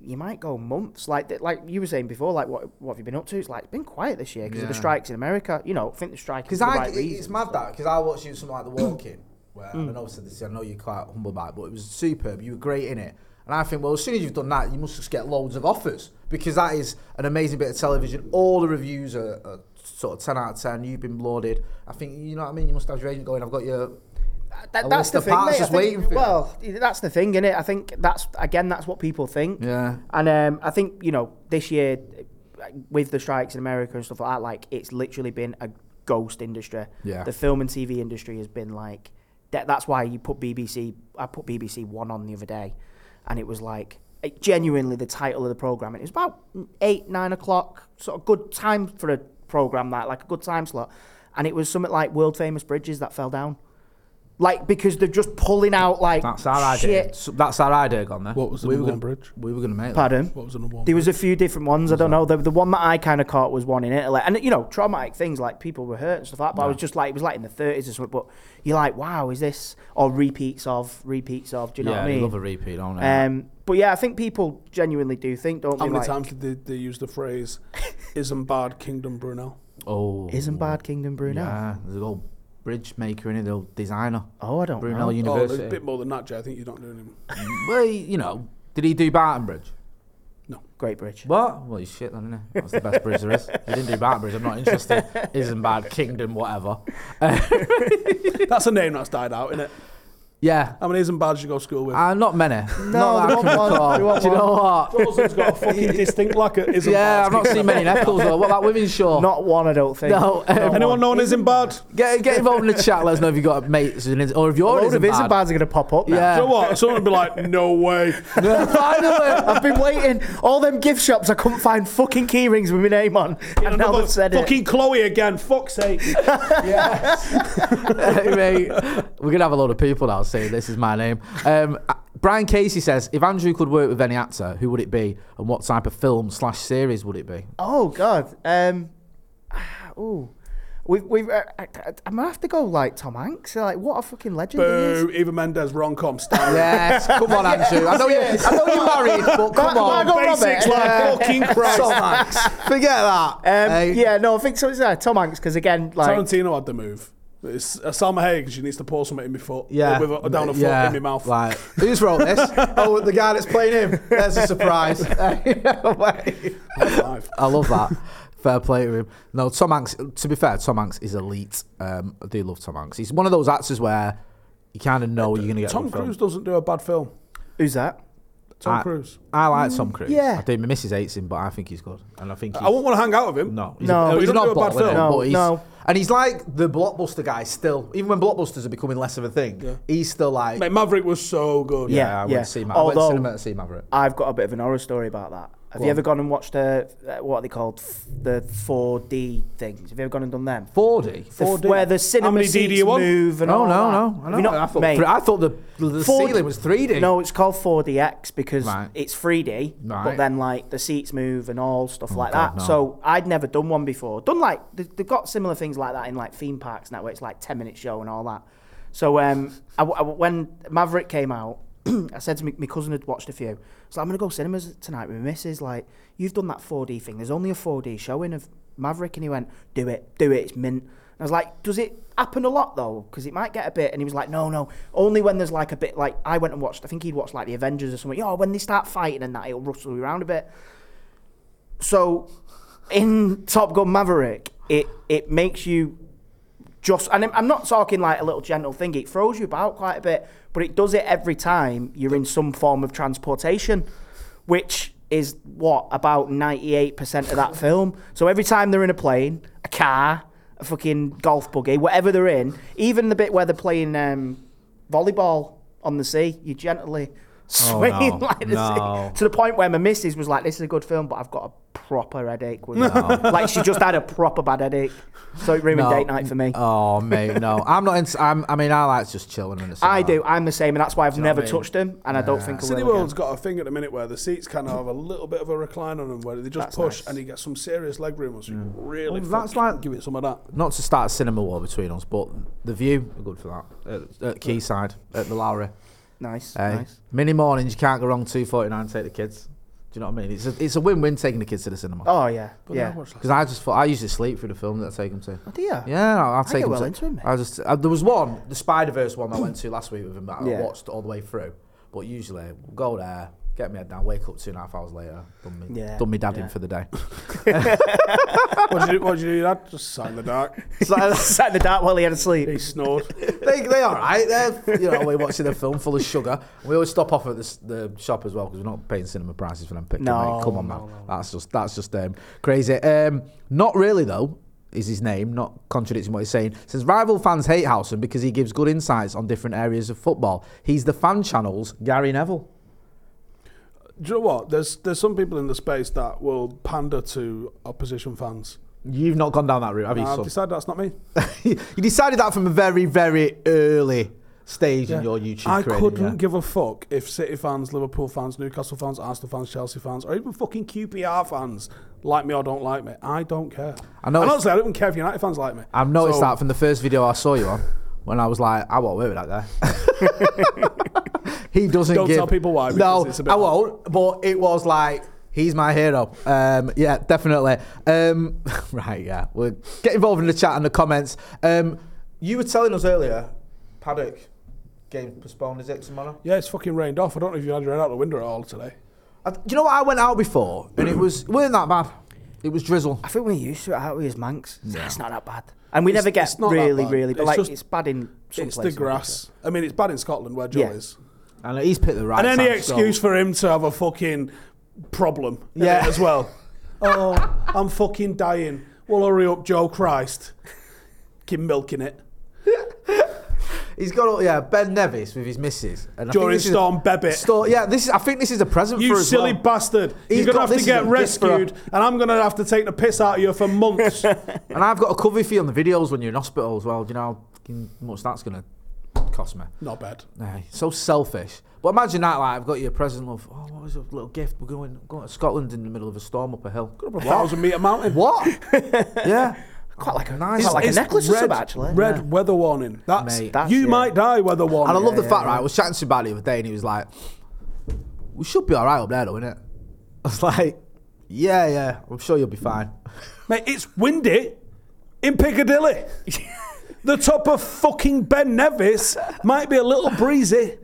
Speaker 2: you might go months. Like th- like you were saying before, like what what have you been up to? It's like it's been quiet this year because of the
Speaker 3: Yeah.
Speaker 2: strikes in America. You know, I think the strike is
Speaker 3: Because
Speaker 2: for the
Speaker 3: I,
Speaker 2: right
Speaker 3: it-
Speaker 2: reasons,
Speaker 3: it's mad
Speaker 2: but-
Speaker 3: that because I watched you in something like Hmm. The *coughs* Walking, where and I know obviously this, I know you're quite humble about it, but it was superb. You were great in it, and I think well, as soon as you've done that, you must just get loads of offers because that is an amazing bit of television. All the reviews are, are sort of ten out of ten. You've been lauded. I think you know what I mean. You must have your agent going. I've got your.
Speaker 2: that, that's
Speaker 3: a list
Speaker 2: the
Speaker 3: of
Speaker 2: thing,
Speaker 3: parts
Speaker 2: mate. I
Speaker 3: just
Speaker 2: think-
Speaker 3: waiting for you.
Speaker 2: well, that's the thing, innit? I think that's again, that's what people think.
Speaker 3: Yeah.
Speaker 2: And um, I think you know this year, uh, with the strikes in America and stuff like that, like it's literally been a ghost industry.
Speaker 3: Yeah.
Speaker 2: The film and TV industry has been like that. That's why you put BBC. I put BBC One on the other day, and it was like it, genuinely the title of the program, and it was about eight nine o'clock, sort of good time for a program that like a good time slot, and it was something like world famous bridges that fell down. Like because they're just pulling out like shit.
Speaker 3: That's our idea gone there.
Speaker 1: What was the We were number one gonna- bridge?
Speaker 3: We were going to make
Speaker 2: Pardon.
Speaker 1: what was the number one?
Speaker 2: There was a few different ones. I don't know. The, the one that I kind of caught was one in Italy, and you know, traumatic things like people were hurt and stuff like that. But I was just like, it was like in the thirties or something. But you're like, wow, is this or repeats of repeats of? Do you know what I mean?
Speaker 3: repeat, don't
Speaker 2: Um, but yeah, I think people genuinely do think, don't
Speaker 1: How
Speaker 2: they?
Speaker 1: many
Speaker 2: like,
Speaker 1: times did they, they use the phrase, isn't bad Kingdom Brunel?
Speaker 3: oh,
Speaker 2: Isn't Bad Kingdom Bruno?
Speaker 3: there's a old bridge maker in it, the old designer.
Speaker 2: Oh, I don't know.
Speaker 1: Oh, there's a bit more than that, Jay. I think you're not doing him.
Speaker 3: well, you know, did he do Barton Bridge?
Speaker 2: Great bridge.
Speaker 3: What? Well, he's shit then, isn't That's the best bridge there is. He didn't do Barton Bridge. I'm not interested. Isn't bad. Kingdom, whatever.
Speaker 1: That's a name that's died out, isn't it?
Speaker 3: Yeah.
Speaker 1: How many isn't bad you go to school with?
Speaker 3: Uh, not many. not
Speaker 2: we
Speaker 3: that I
Speaker 2: want
Speaker 3: can
Speaker 2: one,
Speaker 3: recall.
Speaker 2: we want
Speaker 3: Do you know what?
Speaker 1: Dawson's got a fucking distinct like a isn't
Speaker 3: Yeah, I've
Speaker 1: bad.
Speaker 3: not seen many Neckles though. What about women's show?
Speaker 2: Not one, I don't think.
Speaker 3: No, um,
Speaker 2: Not
Speaker 1: Anyone
Speaker 2: one.
Speaker 1: known isn't bad?
Speaker 3: Get, get involved in the chat. Let us know if you've got mates who's an- or if
Speaker 2: A
Speaker 3: you're an
Speaker 2: load of
Speaker 3: isn't bad. *laughs*
Speaker 2: Isambard's are going to pop up. now.
Speaker 3: Yeah.
Speaker 1: You know what? Someone would be like, no way.
Speaker 3: Finally.
Speaker 2: I've been waiting. All them gift shops, I couldn't find fucking key rings with my name on. And now
Speaker 1: Another
Speaker 2: they've said it.
Speaker 1: fucking Chloe again, fuck's sake.
Speaker 3: *laughs* Hey, mate, we're gonna have a lot of people now saying this is my name. Um, uh, Brian Casey says, if Andrew could work with any actor, who would it be, and what type of film slash series would it be?
Speaker 2: Oh God. Um. Ooh. We've, we've, uh, I, I- I'm gonna have to go like Tom Hanks. Like, what a fucking legend
Speaker 1: Boo,
Speaker 2: he is.
Speaker 1: Eva Mendes, rom com
Speaker 3: *laughs*
Speaker 1: star.
Speaker 3: Yes, come on, Andrew. I know you're, I know you're married, but come
Speaker 2: Mar-
Speaker 3: on.
Speaker 2: Margot Robbie.
Speaker 1: Basics like
Speaker 2: Yeah.
Speaker 1: fucking Christ.
Speaker 3: Tom Hanks. Forget that.
Speaker 2: Um,
Speaker 3: Hey.
Speaker 2: Yeah, no, I think so. It's uh, Tom Hanks because again, like,
Speaker 1: Tarantino had the move. It's uh, Salma Hayek. She needs to pour something in my foot.
Speaker 3: Yeah.
Speaker 1: With a, down a foot
Speaker 3: Yeah.
Speaker 1: in my mouth.
Speaker 3: Right. Who's wrote this? *laughs* oh, the guy that's playing him. There's a *laughs* surprise. *laughs*
Speaker 1: Live.
Speaker 3: I love that. Fair play to him. No, Tom Hanks. To be fair, Tom Hanks is elite. Um, I do love Tom Hanks. He's one of those actors where you kind of know you're going to get. a
Speaker 1: Tom
Speaker 3: good film.
Speaker 1: Cruise doesn't do a bad film.
Speaker 2: Who's that?
Speaker 1: Tom
Speaker 3: I-
Speaker 1: Cruise.
Speaker 3: I like Tom Cruise.
Speaker 2: yeah.
Speaker 3: I do. My missus hates him, but I think he's good. And I think he's,
Speaker 1: I wouldn't want to hang out with him.
Speaker 3: no, he's,
Speaker 2: No.
Speaker 3: he's
Speaker 1: He doesn't do
Speaker 3: not
Speaker 1: a bad
Speaker 3: bottle,
Speaker 1: film.
Speaker 3: but he's,
Speaker 2: No, no.
Speaker 3: And he's like the blockbuster guy still. Even when blockbusters are becoming less of a thing, he's still like.
Speaker 1: Mate, Maverick was so good.
Speaker 2: Yeah.
Speaker 3: I went to see Maverick. I went
Speaker 2: Although-
Speaker 3: to cinema to see Maverick.
Speaker 2: I've got a bit of an horror story about that. Have
Speaker 3: Go
Speaker 2: you
Speaker 3: on.
Speaker 2: ever gone and watched uh, uh, what are they called? F- The 4D things. Have you ever gone and done them?
Speaker 3: 4D.
Speaker 2: The f- where the cinema
Speaker 1: many D do
Speaker 2: seats
Speaker 1: you want?
Speaker 2: move and all
Speaker 3: No, Oh, no,
Speaker 2: that.
Speaker 3: no. I,
Speaker 2: Have
Speaker 3: know.
Speaker 2: you not-
Speaker 3: I thought,
Speaker 2: mate,
Speaker 3: I thought the, the
Speaker 2: 4D
Speaker 3: ceiling was 3D.
Speaker 2: No, it's called 4DX because
Speaker 3: Right.
Speaker 2: it's 3D,
Speaker 3: Right.
Speaker 2: but then like the seats move and all stuff like
Speaker 3: Oh God,
Speaker 2: that.
Speaker 3: no.
Speaker 2: So I'd never done one before. Done like they- they've got similar things like that in like theme parks and that where it's like 10 minute show and all that. So um, I w I w when Maverick came out, *clears throat* I said to me, my cousin had watched a few. So I'm gonna go cinemas tonight with my missus. Like you've done that 4D thing. There's only a 4D showing of Maverick, and he went, "Do it, do it. It's mint." And I was like, "Does it happen a lot though? Because it might get a bit." And he was like, "No, no. Only when there's like a bit. Like I went and watched. I think he'd watched like the Avengers or something. Oh, when they start fighting and that, it'll rustle you around a bit." So in Top Gun Maverick, it it makes you just and I'm- I'm not talking like a little gentle thing. It throws you about quite a bit, but it does it every time you're in some form of transportation, which is what about 98% of that film. So every time they're in a plane, a car, a fucking golf buggy, whatever they're in, even the bit where they're playing um, volleyball on the sea, you gently swing
Speaker 3: Oh, no.
Speaker 2: *laughs* like the
Speaker 3: No.
Speaker 2: sea to the point where my missus was like, "This is a good film, but I've got a proper headache." With
Speaker 3: *laughs*
Speaker 2: it. like she just had a proper bad headache, so it ruined
Speaker 3: No.
Speaker 2: date night for me.
Speaker 3: Oh, mate, no.
Speaker 2: *laughs*
Speaker 3: I'm not into. I'm, I mean, I like just chilling in the cinema.
Speaker 2: I do. I'm the same, and that's why I've never
Speaker 3: I mean?
Speaker 2: touched him, and I don't think I will.
Speaker 1: Cineworld's
Speaker 2: Again.
Speaker 1: got a thing at the minute where the seats kind of have a little bit of a recline on them where they just
Speaker 2: That's
Speaker 1: push
Speaker 2: nice.
Speaker 1: and you get some serious leg room. So you really
Speaker 3: Mm. Well, that's
Speaker 1: fucking
Speaker 3: like-
Speaker 1: give it some of that.
Speaker 3: Not to start a cinema war between us, but the view, we're good for that. At, at Quayside, at the Lowry.
Speaker 2: Nice,
Speaker 3: Hey,
Speaker 2: nice.
Speaker 3: Mini mornings, you can't go wrong. Two forty nine. Take the kids. Do you know what I mean? It's a, it's a win win taking the kids to the cinema.
Speaker 2: Oh yeah, yeah.
Speaker 3: Because I just thought I usually sleep through the film that I take them to.
Speaker 2: Oh, dear.
Speaker 3: Yeah, I'll, I'll take
Speaker 2: get
Speaker 3: them
Speaker 2: well
Speaker 3: to.
Speaker 2: into 'em, mate.
Speaker 3: I just uh there was one, the Spider Verse one I went to last week with him that I
Speaker 2: Yeah.
Speaker 3: watched all the way through. But usually we'll go there, get my head down, wake up two and a half hours later, done me,
Speaker 2: Yeah,
Speaker 3: done me dad
Speaker 2: yeah.
Speaker 3: in for the day.
Speaker 1: What did you do? What did you do? That just sat in the dark.
Speaker 2: *laughs* Sat in the dark while he had a
Speaker 1: He
Speaker 2: sleep.
Speaker 3: *laughs*
Speaker 1: snored.
Speaker 3: they they all right. They're you know we're watching a film full of sugar. We always stop off at the, s- the shop as well because we're not paying cinema prices for them picking.
Speaker 2: No,
Speaker 3: mate. come on, man. That's just that's just um, crazy. Um, not really though. Is his name not contradicting what he's saying? Says rival fans hate Housen because he gives good insights on different areas of football. He's the fan channel's Gary Neville.
Speaker 1: Do you know what? There's there's some people in the space that will pander to opposition fans.
Speaker 3: You've not gone down that route, have you,
Speaker 1: I've
Speaker 3: son?
Speaker 1: decided that's not me.
Speaker 3: *laughs* you decided that from a very very early stage in your YouTube
Speaker 1: I
Speaker 3: career.
Speaker 1: couldn't
Speaker 3: yeah.
Speaker 1: give a fuck if City fans, Liverpool fans, Newcastle fans, Arsenal fans, Chelsea fans, or even fucking QPR fans like me or don't like me. I don't care.
Speaker 3: I know
Speaker 1: And
Speaker 3: it's-
Speaker 1: honestly, I don't even care if United fans like me.
Speaker 3: I've noticed
Speaker 1: So-
Speaker 3: that from the first video I saw you on when I was like, I won't work with that guy. *laughs* he doesn't
Speaker 1: Don't
Speaker 3: give.
Speaker 1: tell people why,
Speaker 3: No,
Speaker 1: because it's a bit
Speaker 3: I
Speaker 1: hard.
Speaker 3: won't. But it was like, he's my hero. Um, yeah, definitely. Um, *laughs* right, yeah. We'll get involved in the chat and the comments. Um, you were telling us earlier, Paddock game postponed, is it tomorrow?
Speaker 1: Yeah, it's fucking rained off. I don't know if you had your head out the window at all today.
Speaker 3: I, do you know what? I went out before and it was, weren't that bad. It was drizzle.
Speaker 2: I think we're used to it, aren't we, as Manx? It's not that bad. And we never
Speaker 1: it's
Speaker 2: get
Speaker 1: not that
Speaker 2: really,
Speaker 1: bad.
Speaker 2: really, but
Speaker 1: It's
Speaker 2: like
Speaker 1: just-
Speaker 2: it's bad in some
Speaker 1: it's the
Speaker 2: places.
Speaker 1: grass. I mean, it's bad in Scotland where Joe
Speaker 2: Yeah.
Speaker 1: is.
Speaker 3: And he's picked the right
Speaker 1: And any
Speaker 3: time, so-
Speaker 1: excuse for him to have a fucking problem in
Speaker 3: Yeah.
Speaker 1: it as
Speaker 3: *laughs*
Speaker 1: well. oh, I'm fucking dying. Well, hurry up, Joe Christ. Keep milking it.
Speaker 3: He's got all, yeah Ben Nevis with his missus. And I
Speaker 1: During
Speaker 3: think this is-
Speaker 1: Storm Bebit.
Speaker 3: Storm, yeah, this is. I think this is a present
Speaker 1: You
Speaker 3: for us.
Speaker 1: silly
Speaker 3: well.
Speaker 1: bastard.
Speaker 3: He's
Speaker 1: You're going
Speaker 3: got-
Speaker 1: to have
Speaker 3: this
Speaker 1: to
Speaker 3: is
Speaker 1: get
Speaker 3: a gift for
Speaker 1: rescued, and I'm going to have to take the piss out of you for months.
Speaker 3: *laughs* And I've got a cover for you on the videos when you're in hospital as well. Do you know how fucking much that's gonna cost me?
Speaker 1: Not bad.
Speaker 3: Nah, so selfish. But imagine that, like I've got you a present, love. Oh, what was a little gift? We're going going to Scotland in the middle of a storm up a hill.
Speaker 1: Up a thousand meter mountain.
Speaker 3: What? yeah. Quite
Speaker 2: like a-
Speaker 3: nice.
Speaker 2: quite like a
Speaker 3: one.
Speaker 2: It's necklace or
Speaker 1: red,
Speaker 2: something, actually.
Speaker 1: Red weather warning. That's,
Speaker 3: Mate.
Speaker 2: That's-
Speaker 1: you
Speaker 2: yeah.
Speaker 1: might die weather warning.
Speaker 3: And I love the fact, right? I was chatting to somebody the other day, and he was like, "We should be all right up there, though, innit?" I was like, "Yeah, yeah, I'm sure you'll be fine."
Speaker 2: *laughs*
Speaker 1: Mate, it's windy in Piccadilly. the top of fucking Ben Nevis might be a little
Speaker 2: *laughs*
Speaker 1: breezy.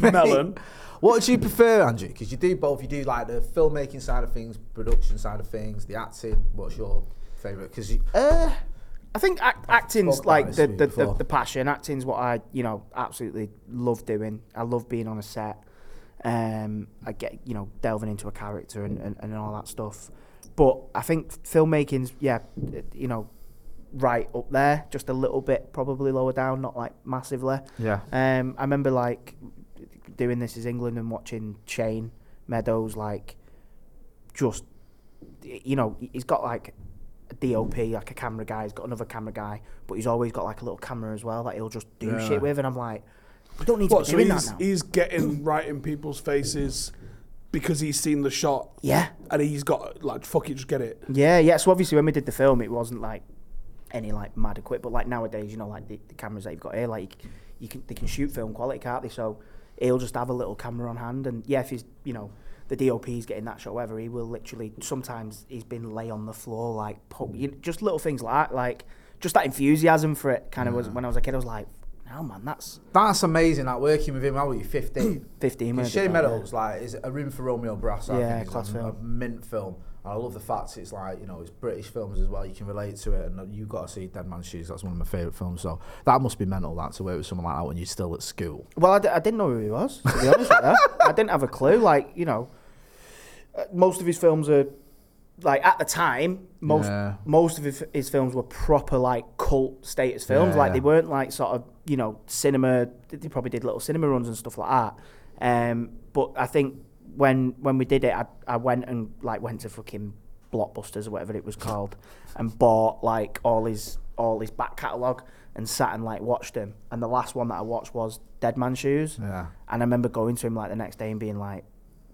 Speaker 1: Melon.
Speaker 3: What do you prefer, Andrew? Because you do both. You do like the filmmaking side of things, production side of things, the acting. What's your favourite? Because you,
Speaker 2: Uh, I think act, acting's
Speaker 3: about
Speaker 2: like
Speaker 3: this
Speaker 2: the
Speaker 3: week
Speaker 2: the, the
Speaker 3: before.
Speaker 2: the passion. Acting's what I you know absolutely love doing. I love being on a set. Um, I get you know delving into a character and, and, and all that stuff. But I think filmmaking's yeah, it- you know, right up there, just a little bit probably lower down, not like massively.
Speaker 3: Yeah.
Speaker 2: Um, I remember like doing this is England and watching Shane Meadows like just you know he's got like a DOP like a camera guy he's got another camera guy but he's always got like a little camera as well that he'll just do
Speaker 3: Yeah.
Speaker 2: shit with and I'm like I don't need to
Speaker 1: What, so
Speaker 2: be doing
Speaker 1: he's,
Speaker 2: that now
Speaker 1: he's getting right in people's faces because he's seen the shot
Speaker 2: yeah
Speaker 1: and he's got, like, fuck it, just get it.
Speaker 2: yeah yeah so obviously when we did the film it wasn't like any like mad equipment but like nowadays you know like the, the cameras that you've got here like you can they can shoot film quality can't they so he'll just have a little camera on hand and yeah if he's you know the DOP's getting that shot whatever he will literally sometimes he's been lay on the floor like po- you just little things like that, like just that enthusiasm for it kind of was when I was a kid I was like no man that's
Speaker 3: that's amazing. Like working with him. How were
Speaker 2: *clears throat*
Speaker 3: you? Fifteen.
Speaker 2: 15
Speaker 3: Because
Speaker 2: minutes.
Speaker 3: Shane Meadows, like, is a room for Romeo Brass. I
Speaker 2: Yeah,
Speaker 3: think is
Speaker 2: class
Speaker 3: a,
Speaker 2: film.
Speaker 3: a mint film. And I love the fact it's like you know it's British films as well. You can relate to it, and you got to see Dead Man's Shoes. That's one of my favourite films. So that must be mental. That to work with someone like that when you're still at school.
Speaker 2: Well, I, d- I didn't know who he was, to be honest with you. I didn't have a clue. Like, you know, uh, most of his films are, like, at the time, most
Speaker 3: Yeah.
Speaker 2: most of his, his films were proper, like, cult status films. Like,
Speaker 3: Yeah.
Speaker 2: they weren't, like, sort of, you know, cinema. They probably did little cinema runs and stuff like that. Um, but I think when when we did it, I, I went and, like, went to fucking Blockbusters or whatever it was called and bought, like, all his all his back catalogue and sat and like watched him and the last one that I watched was Dead Man Shoes
Speaker 3: Yeah.
Speaker 2: and I remember going to him like the next day and being like,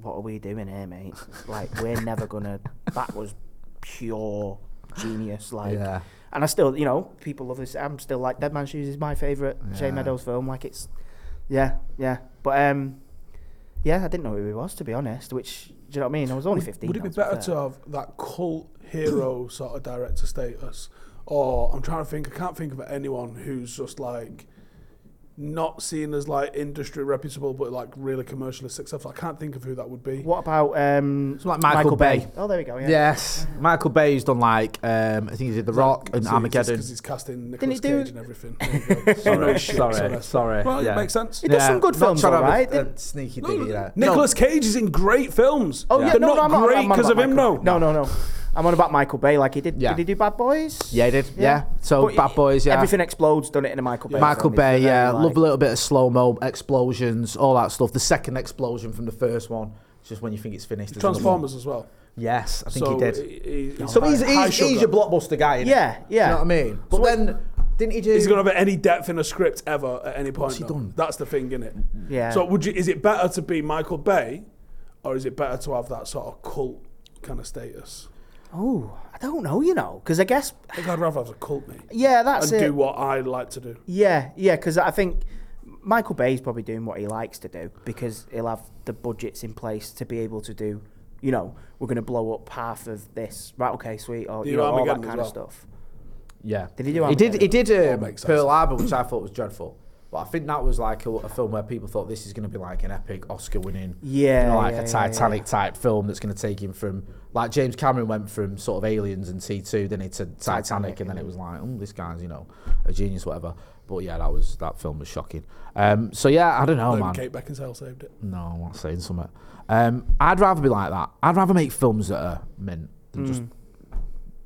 Speaker 2: "What are we doing here, mate? Like, we're never gonna." That was pure genius. Like,
Speaker 3: Yeah.
Speaker 2: and I still, you know, people love this. I'm still like Dead Man Shoes is my favorite
Speaker 3: Yeah.
Speaker 2: Shane Meadows film. Like, it's, yeah, yeah. But um, yeah, I didn't know who he was to be honest. Which do you know what I mean? I was only fifteen.
Speaker 1: Would it
Speaker 2: now,
Speaker 1: be
Speaker 2: be
Speaker 1: better
Speaker 2: fair.
Speaker 1: to have that cult
Speaker 2: *coughs*
Speaker 1: hero sort of director status? Or I'm trying to think, I can't think of anyone who's just like not seen as like industry reputable, but like really commercially successful. I can't think of who that would be.
Speaker 2: What about um,
Speaker 3: like Michael Bay.
Speaker 2: Oh, there we go. Yeah.
Speaker 3: Yes, Michael Bay's done like um, I think he did The Rock and
Speaker 1: See,
Speaker 3: Armageddon.
Speaker 1: Because he's casting
Speaker 2: he
Speaker 1: Nicolas
Speaker 2: do-
Speaker 1: Cage and everything. There
Speaker 2: *laughs*
Speaker 1: you go. I know
Speaker 3: Sorry,
Speaker 1: his shit,
Speaker 3: sorry,
Speaker 1: so that's-
Speaker 3: sorry,
Speaker 1: Well,
Speaker 3: yeah.
Speaker 1: it makes sense.
Speaker 2: He does some good
Speaker 3: not
Speaker 2: films,
Speaker 3: trying to
Speaker 2: all
Speaker 3: have
Speaker 2: right.
Speaker 3: A, a sneaky diggy there.
Speaker 1: Nicolas Cage is in great films.
Speaker 2: Oh yeah,
Speaker 1: They're
Speaker 2: no, no,
Speaker 1: not
Speaker 2: I'm not,
Speaker 1: great
Speaker 2: I'm on
Speaker 1: because of
Speaker 2: about
Speaker 1: him,
Speaker 2: Michael-
Speaker 1: though.
Speaker 2: No, no, no. I'm on about Michael Bay. Like he did.
Speaker 3: Yeah.
Speaker 2: Did he do Bad Boys?
Speaker 3: Yeah, he did. Yeah. So
Speaker 2: But
Speaker 3: Bad
Speaker 2: it-
Speaker 3: Boys. Yeah.
Speaker 2: Everything explodes. Done it in a Michael Bay.
Speaker 3: Michael
Speaker 2: film. It's
Speaker 3: Bay,
Speaker 2: very,
Speaker 3: yeah,
Speaker 2: like-
Speaker 3: love a little bit of slow mo explosions, all that stuff. The second explosion from the first one, it's just when you think it's finished. there's another one.
Speaker 1: Transformers as well.
Speaker 3: Yes, I think
Speaker 1: so
Speaker 3: he did.
Speaker 1: he- he-
Speaker 3: So he's
Speaker 1: high- high
Speaker 3: he's, he's
Speaker 1: sugar.
Speaker 3: your blockbuster guy. innit?
Speaker 2: Yeah, yeah.
Speaker 3: You know what I mean? But then didn't he do?
Speaker 1: Is he gonna have any depth in a script ever at any point?
Speaker 3: he
Speaker 1: though?
Speaker 3: done?
Speaker 1: That's the thing, isn't it?
Speaker 2: Yeah.
Speaker 1: So would you? Is it better to be Michael Bay, or is it better to have that sort of cult kind of status?
Speaker 2: Oh, I don't know. You know, because I guess
Speaker 1: I think I'd rather have a cult me
Speaker 2: yeah, that's
Speaker 1: and
Speaker 2: it.
Speaker 1: do what I like to do.
Speaker 2: Yeah, yeah. Because I think Michael Bay's probably doing what he likes to do because he'll have the budgets in place to be able to do. You know, we're going to blow up half of this. Right? Okay, sweet. Or
Speaker 1: Do
Speaker 2: you know, all that
Speaker 1: Armageddon as
Speaker 2: kind of
Speaker 1: well.
Speaker 2: stuff.
Speaker 3: Yeah.
Speaker 2: Did he do
Speaker 3: He did.
Speaker 2: Armageddon?
Speaker 3: He did um,
Speaker 1: makes sense.
Speaker 3: Pearl Harbor, which I thought was dreadful. But I think that was like a, a film where people thought this is going to be like an epic Oscar-winning,
Speaker 2: Yeah,
Speaker 3: you know, like
Speaker 2: yeah, yeah,
Speaker 3: a
Speaker 2: yeah.
Speaker 3: Titanic type film that's going to take him from like James Cameron went from sort of Aliens and T2, then he to Titanic, and then it was like, oh, this guy's you know a genius, whatever. But yeah, that was that film was shocking. Um, so yeah, I don't know,
Speaker 1: Even
Speaker 3: man.
Speaker 1: Kate Beckinsale saved it.
Speaker 3: No, I'm not saying something. Um, I'd rather be like that. I'd rather make films that are mint than just
Speaker 1: Mm.